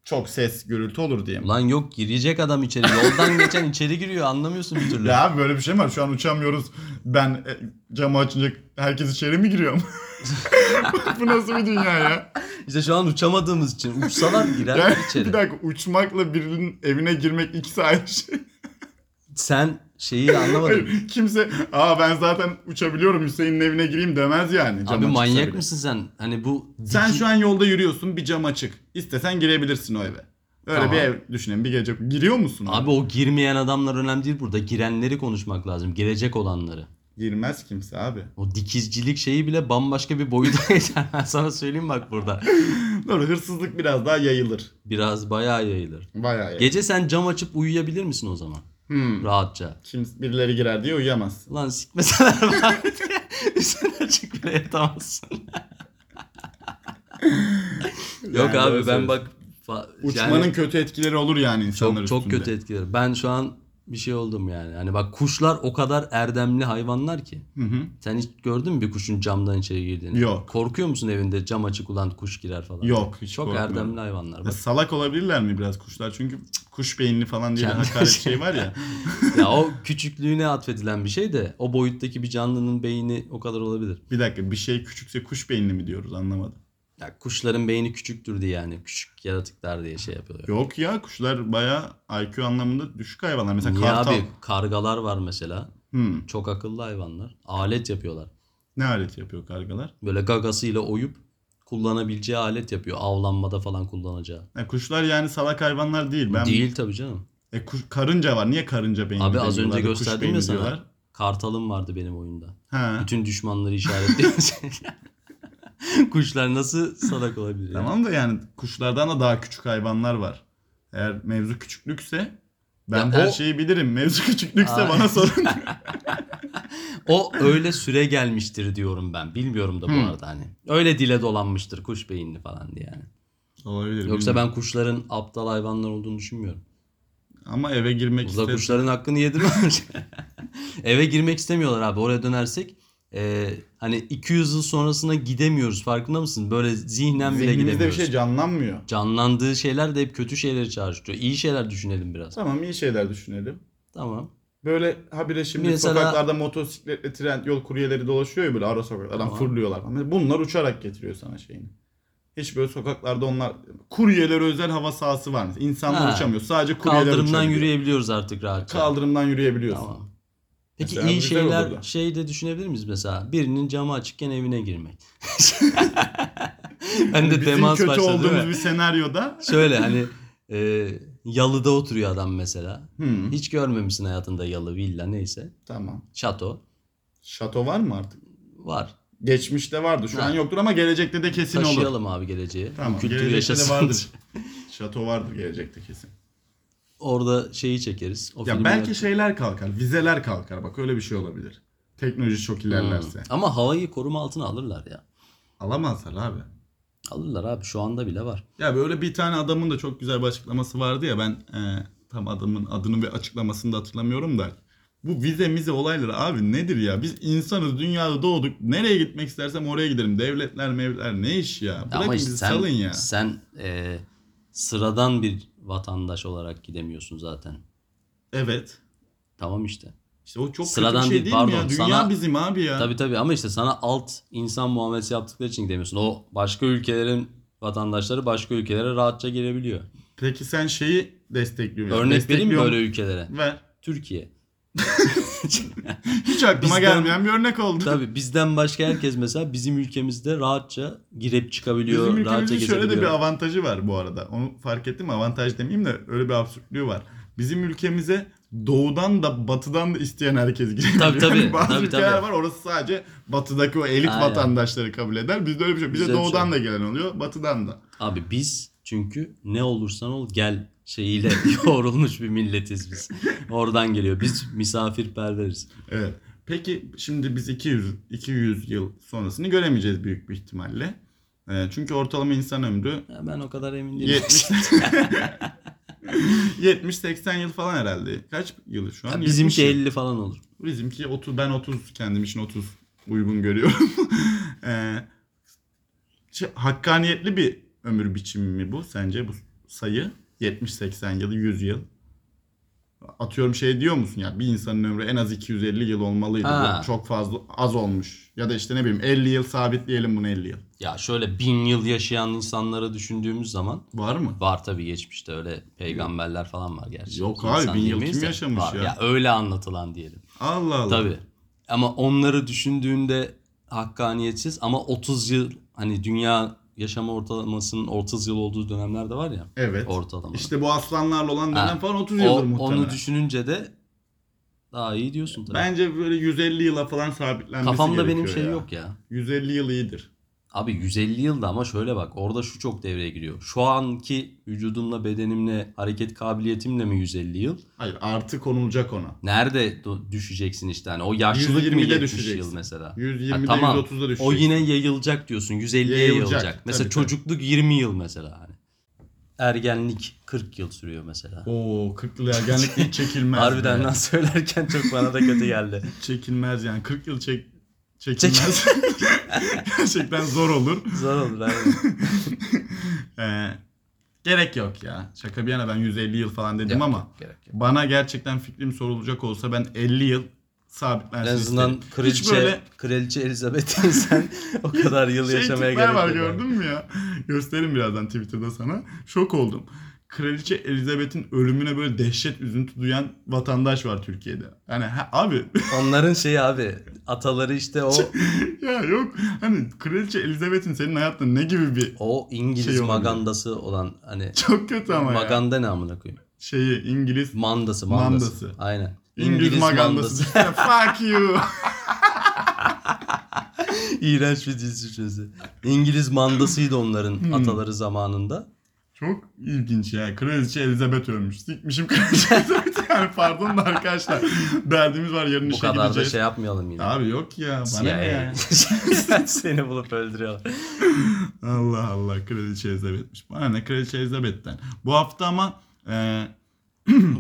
Çok ses, gürültü olur diye mi?
Ulan yok girecek adam içeri. Yoldan geçen içeri giriyor anlamıyorsun bir türlü.
Ya abi böyle bir şey mi var? Şu an uçamıyoruz. Ben e, camı açınca herkes içeri mi giriyor? Bu nasıl bir dünya ya?
İşte şu an uçamadığımız için uçsalar
Yani
girer
bir
içeri.
dakika uçmakla birinin evine girmek ikisi aynı şey.
Sen şeyi anlamadın.
Hayır, Kimse aa ben zaten uçabiliyorum Hüseyin'in evine gireyim demez yani. cam
Abi
açıksa
manyak
bile.
mısın sen? Hani bu
Sen
diki-
şu an yolda yürüyorsun bir cam açık. İstesen girebilirsin o eve. Öyle
Tamam.
bir ev düşünelim bir gece. Giriyor musun?
Abi o girmeyen adamlar önemli değil burada. Girenleri konuşmak lazım. Girecek olanları.
Girmez kimse abi.
O dikizcilik şeyi bile bambaşka bir boyuta geçer. Ben sana söyleyeyim bak burada.
Doğru hırsızlık biraz daha yayılır.
Biraz bayağı yayılır.
Bayağı yayılır.
Gece sen cam açıp uyuyabilir misin o zaman?
Hmm.
Rahatça.
Kim, birileri girer diye uyuyamaz.
Lan sikmeseler var diye üstüne açık bile yatamazsın. Yok
Yani doğru
abi ben
söylüyorsun.
bak fa-
Uçmanın
yani
kötü etkileri olur yani insanlar
çok, çok
üstünde.
kötü etkiler. Ben şu an bir şey oldum yani. Hani bak kuşlar o kadar erdemli hayvanlar ki.
Hı hı.
Sen hiç gördün mü bir kuşun camdan içeri girdiğini?
Yok.
Korkuyor musun evinde cam açık olan kuş girer falan?
Yok hiç
Çok
korkmuyorum.
erdemli hayvanlar.
Ya
Bak,
salak olabilirler mi biraz kuşlar? Çünkü kuş beyinli falan diye bir
Kendi-
hakaret şey var ya.
ya o küçüklüğüne atfedilen bir şey de o boyuttaki bir canlının beyni o kadar olabilir.
Bir dakika bir şey küçükse kuş beyinli mi diyoruz anlamadım.
Ya kuşların beyni küçüktür diye yani küçük yaratıklar diye şey yapıyorlar.
Yok ya kuşlar bayağı IQ anlamında düşük hayvanlar. Mesela
Niye
kartal.
abi kargalar var mesela.
Hmm.
Çok akıllı hayvanlar. Alet yapıyorlar.
Ne alet yapıyor kargalar?
Böyle gagasıyla oyup kullanabileceği alet yapıyor. Avlanmada falan kullanacağı.
Ya kuşlar yani salak hayvanlar değil. Ben
Değil tabii canım.
E, kuş- karınca var. Niye karınca beyinli
Abi az
demiyorlar
önce
da kuş
gösterdim
beyinli
ya sana.
diyorlar?
Kartalım vardı benim oyunda.
Ha.
Bütün düşmanları işaretleyen Kuşlar nasıl salak olabilir? ya?
Tamam da yani kuşlardan da daha küçük hayvanlar var. Eğer mevzu küçüklükse ben
Ya
her
o-
şeyi bilirim. Mevzu küçüklükse
Aa.
bana sorun.
O öyle süre gelmiştir diyorum ben. Bilmiyorum da bu
Hmm.
arada hani. Öyle dile dolanmıştır kuş beyinli falan diye yani.
Olabilir.
Yoksa
bilmiyorum.
ben kuşların aptal hayvanlar olduğunu düşünmüyorum.
ama eve girmek
Uzak
istedim.
kuşların hakkını yedirmiyorlar. Eve girmek istemiyorlar abi. Oraya dönersek e, hani 200 yıl sonrasına gidemiyoruz. Farkında mısın? Böyle zihnen bile
Zihnimizde bir
gidemiyoruz.
şey canlanmıyor. Canlandığı
Canlandığı şeyler de hep kötü şeyleri çağrıştırıyor. İyi şeyler düşünelim biraz.
Tamam iyi şeyler düşünelim.
Tamam.
Böyle habire şimdi
Mesela-
sokaklarda motosikletle tren yol kuryeleri dolaşıyor ya böyle ara sokaklardan
Tamam.
fırlıyorlar. Ama Bunlar uçarak getiriyor sana şeyini. Hiç böyle sokaklarda onlar kuryelere özel hava sahası var mesela. İnsanlar
Ha.
uçamıyor. Sadece kuryeler
Kaldırımdan
uçabiliyor.
yürüyebiliyoruz artık rahatça.
Kaldırımdan yürüyebiliyorsun.
Tamam. Peki
Mesela
iyi
güzel
şeyler
olurdu.
şey de düşünebilir miyiz mesela? Birinin camı açıkken evine girmek. ben de
Hani Bizim
Hani temas
kötü
başladı değil mi?
olduğumuz bir senaryoda
Şöyle hani e, yalıda oturuyor adam mesela.
Hmm,
Hiç görmemişsin hayatında yalı, villa neyse.
tamam.
Şato
Şato var mı artık?
var.
Geçmişte vardı. Şu
Ha.
an yoktur ama gelecekte de kesin olur.
Taşıyalım abi geleceğe.
Tamam.
Bu kültür
gelecekte de
yaşasın.
vardır. Şato vardır gelecekte kesin.
Orada şeyi çekeriz. O
Ya
filmi
belki
yap-
şeyler kalkar. Vizeler kalkar. Bak öyle bir şey olabilir. Teknoloji çok ilerlerse.
Hmm. Ama havayı koruma altına alırlar ya.
Alamazlar abi.
Alırlar abi şu anda bile var.
Ya böyle bir tane adamın da çok güzel bir açıklaması vardı ya ben e, tam adamın adını ve açıklamasını da hatırlamıyorum da. Bu vize mize olayları abi nedir ya? Biz insanız dünyada doğduk. Nereye gitmek istersem oraya gidelim. Devletler mevletler ne iş ya? Bırakın
Ama işte
bizi
sen,
salın ya.
sen e, sıradan bir vatandaş olarak gidemiyorsun zaten.
Evet.
Tamam işte.
İşte o çok
Sıradan
kötü bir şey
değil,
değil, mi
pardon.
ya? Dünya
Sana-
bizim abi ya.
Tabii tabii ama işte sana alt insan muamelesi yaptıkları için gidemiyorsun. O başka ülkelerin vatandaşları başka ülkelere rahatça girebiliyor.
Peki sen şeyi destekliyor musun?
Örnek vereyim mi
Destekliyor
böyle ülkelere?
mu? Ver.
Türkiye.
Hiç aklıma
Bizden-
gelmeyen bir örnek oldu.
Tabii bizden başka herkes mesela bizim ülkemizde rahatça girip çıkabiliyor,
Bizim
rahatça
ülkemizin şöyle de
gezebiliyor.
bir avantajı var bu arada. Onu fark ettim. Avantaj demeyeyim de öyle bir absürtlüğü var. Bizim ülkemize doğudan da batıdan da isteyen herkes girebiliyor.
Tabii, tabii.
Yani bazı
Tabii,
ülkeler
tabii.
var orası sadece batıdaki o elit
Aynen.
vatandaşları kabul eder. Bizde öyle bir şey. yok. Bize
Güzel bir
doğudan
şey.
da gelen oluyor, batıdan da.
Abi biz çünkü ne olursan ol gel şeyiyle yoğrulmuş bir milletiz biz. Oradan geliyor. Biz misafirperveriz.
Evet. Peki şimdi biz 200 200 yıl sonrasını göremeyeceğiz büyük bir ihtimalle. Ee, çünkü ortalama insan ömrü
Ya ben o kadar emin değilim.
70 70-80 yıl falan herhalde. Kaç yıl şu an?
Ya
70
bizimki
yıl.
50 falan olur.
Bizimki 30 ben 30 kendim için 30 uygun görüyorum. Ee, şey, hakkaniyetli bir ömür biçimi mi bu sence bu sayı 70 80 yıl 100 yıl? Atıyorum şey diyor musun ya bir insanın ömrü en az 250 yıl olmalıydı.
Ha.
Bu çok fazla az olmuş. Ya da işte ne bileyim 50 yıl sabitleyelim bunu 50 yıl.
Ya şöyle bin yıl yaşayan insanları düşündüğümüz zaman
Var mı?
var tabii geçmişte öyle peygamberler falan var gerçi.
Yok abi, bin yıl
diyemeyiz
kim
de
yaşamış ya?
öyle anlatılan diyelim.
Allah Allah.
Tabii. Ama onları düşündüğünde hakkaniyetsiz ama 30 yıl hani dünya yaşama ortalamasının 30 yıl olduğu dönemler de var ya.
Evet.
Ortalama.
İşte bu aslanlarla olan dönem
Ha.
falan 30
O-
yıldır muhtemelen.
onu düşününce de daha iyi diyorsun tabii.
Bence böyle 150 yıla falan sabitlenmesi
Kafamda benim
gerekiyor
şey
ya.
yok ya.
150 yıl iyidir.
Abi 150 yılda ama şöyle bak orada şu çok devreye giriyor. Şu anki vücudumla, bedenimle, hareket kabiliyetimle mi 150 yıl?
Hayır artı konulacak ona.
Nerede du- düşeceksin işte hani o yaşlılık mı
120'de
70
düşeceksin.
yıl mesela?
120'de
Ha, tamam.
130'da düşecek.
O yine yayılacak diyorsun. 150'ye yayılacak.
Yayılacak,
Mesela
tabii, tabii.
çocukluk 20 yıl mesela hani. Ergenlik 40 yıl sürüyor mesela.
Oo 40 yıl ergenlik hiç çekilmez.
Harbiden
be.
lan söylerken çok bana da kötü geldi.
Çekilmez yani 40 yıl çek çekilmez. Gerçekten zor olur.
Zor olur aynen.
Ee, gerek yok ya. Şaka bir yana ben 150 yıl falan dedim
Yok,
ama
Gerek yok.
bana gerçekten fikrim sorulacak olsa ben 50 yıl
En
sabitlensin
azından
isterim. Hiç
kraliçe,
böyle
kraliçe Elizabeth'in sen o kadar yıl
şey
yaşamaya
tipler
gerek yok.
var
abi.
gördün mü ya? Gösterim birazdan Twitter'da sana. Şok oldum. Kraliçe Elizabeth'in ölümüne böyle dehşet üzüntü duyan vatandaş var Türkiye'de. Yani ha- abi
Onların şeyi abi ataları işte o
Şey ya yok hani Kraliçe Elizabeth'in senin hayatında ne gibi bir
o İngiliz
Şey olabilir.
magandası olan hani
çok kötü ama ya.
maganda ne amına koyayım?
Şeyi İngiliz
Mandası mandası.
Mandası.
Aynen.
İngiliz, magandası. Fuck you.
İğrenç bir dizi sözü. İngiliz mandasıydı
Hmm.
onların ataları zamanında.
Çok ilginç ya. Kraliçe Elizabeth ölmüş. Sikmişim kraliçe Elizabeth. Yani pardon da arkadaşlar. Derdimiz var yarın
Bu
işe
kadar da
gideceğiz.
şey yapmayalım yine.
Abi yok ya. Bana ne ya?
CIA. Seni bulup öldürüyorlar.
Allah Allah kraliçe Elizabeth'miş. Bana ne kraliçe Elizabeth'ten. Bu hafta ama e,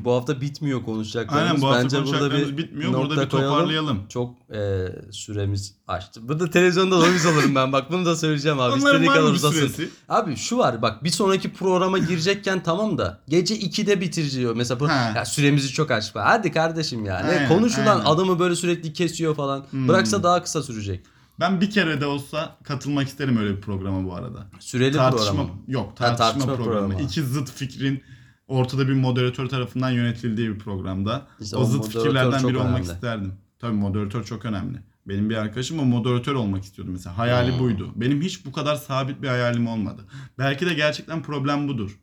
bu hafta bitmiyor konuşacaklarımız.
aynen bu hafta
Bence burada
konuşacaklarımız
bir
bitmiyor.
nokta
Burada bir
koyalım.
toparlayalım.
Çok e, süremiz açtı. Bu da televizyonda domuz olurum ben bak bunu da söyleyeceğim abi. İstediği
var
kadar
mı
uzasın.
süresi?
Abi şu var bak bir sonraki programa girecekken tamam da gece 2'de bitiriyor. Mesela bu,
Ha.
ya süremizi çok açma. Hadi kardeşim yani.
Aynen,
Konuşulan
aynen.
adamı böyle sürekli kesiyor falan.
Hmm.
Bıraksa daha kısa sürecek.
Ben bir kere de olsa katılmak isterim öyle bir programa bu arada.
Süreli
tartışma
program.
yok
Ha,
tartışma,
tartışma
programı.
programı.
İki zıt fikrin ortada bir moderatör tarafından yönetildiği bir programda.
İşte
o,
o
zıt
moderatör
fikirlerden
çok
biri olmak
önemli.
isterdim. Tabii moderatör çok önemli. Benim bir arkadaşım o moderatör olmak istiyordu mesela. Hayali
Hmm.
buydu. Benim hiç bu kadar sabit bir hayalim olmadı. Belki de gerçekten problem budur.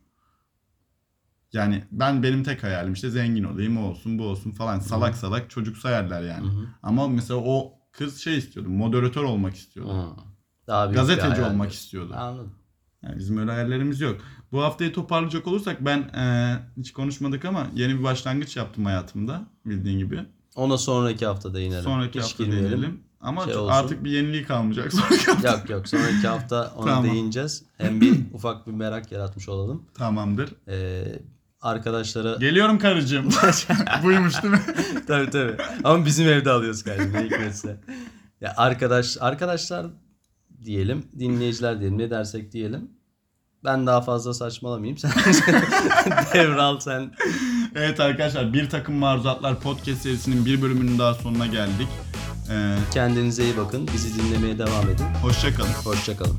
Yani ben benim tek hayalim işte zengin olayım o olsun bu olsun falan
Hmm.
salak salak çocuksu hayaller yani.
Hı hı.
Ama mesela o kız şey istiyordu moderatör olmak istiyordu.
Hı. Daha büyük bir
Gazeteci
hayal.
olmak istiyordu.
Anladım.
Yani bizim öyle hayallerimiz yok. Bu haftayı toparlayacak olursak ben eee, hiç konuşmadık ama yeni bir başlangıç yaptım hayatımda bildiğin gibi.
Ona sonraki hafta değinelim.
Sonraki
Hiç
hafta
girmeyelim.
değinelim. Ama
Şey
çok-
olsun.
artık bir yeniliği kalmayacak sonraki hafta.
Yok yok sonraki hafta ona
Tamam.
değineceğiz. Hem bir ufak bir merak yaratmış olalım.
Tamamdır.
Ee, arkadaşlara
Geliyorum karıcığım. Buymuş değil mi?
tabii tabii. Ama bizim evde alıyoruz galiba ne hikmetse. Ya arkadaş arkadaşlar diyelim, dinleyiciler diyelim, ne dersek diyelim. Ben daha fazla saçmalamayayım. Sen devral sen.
Evet arkadaşlar Bir Takım Maruzatlar podcast serisinin bir bölümünün daha sonuna geldik. Eee
Kendinize iyi bakın. Bizi dinlemeye devam edin.
hoşça kalın.
Hoşçakalın.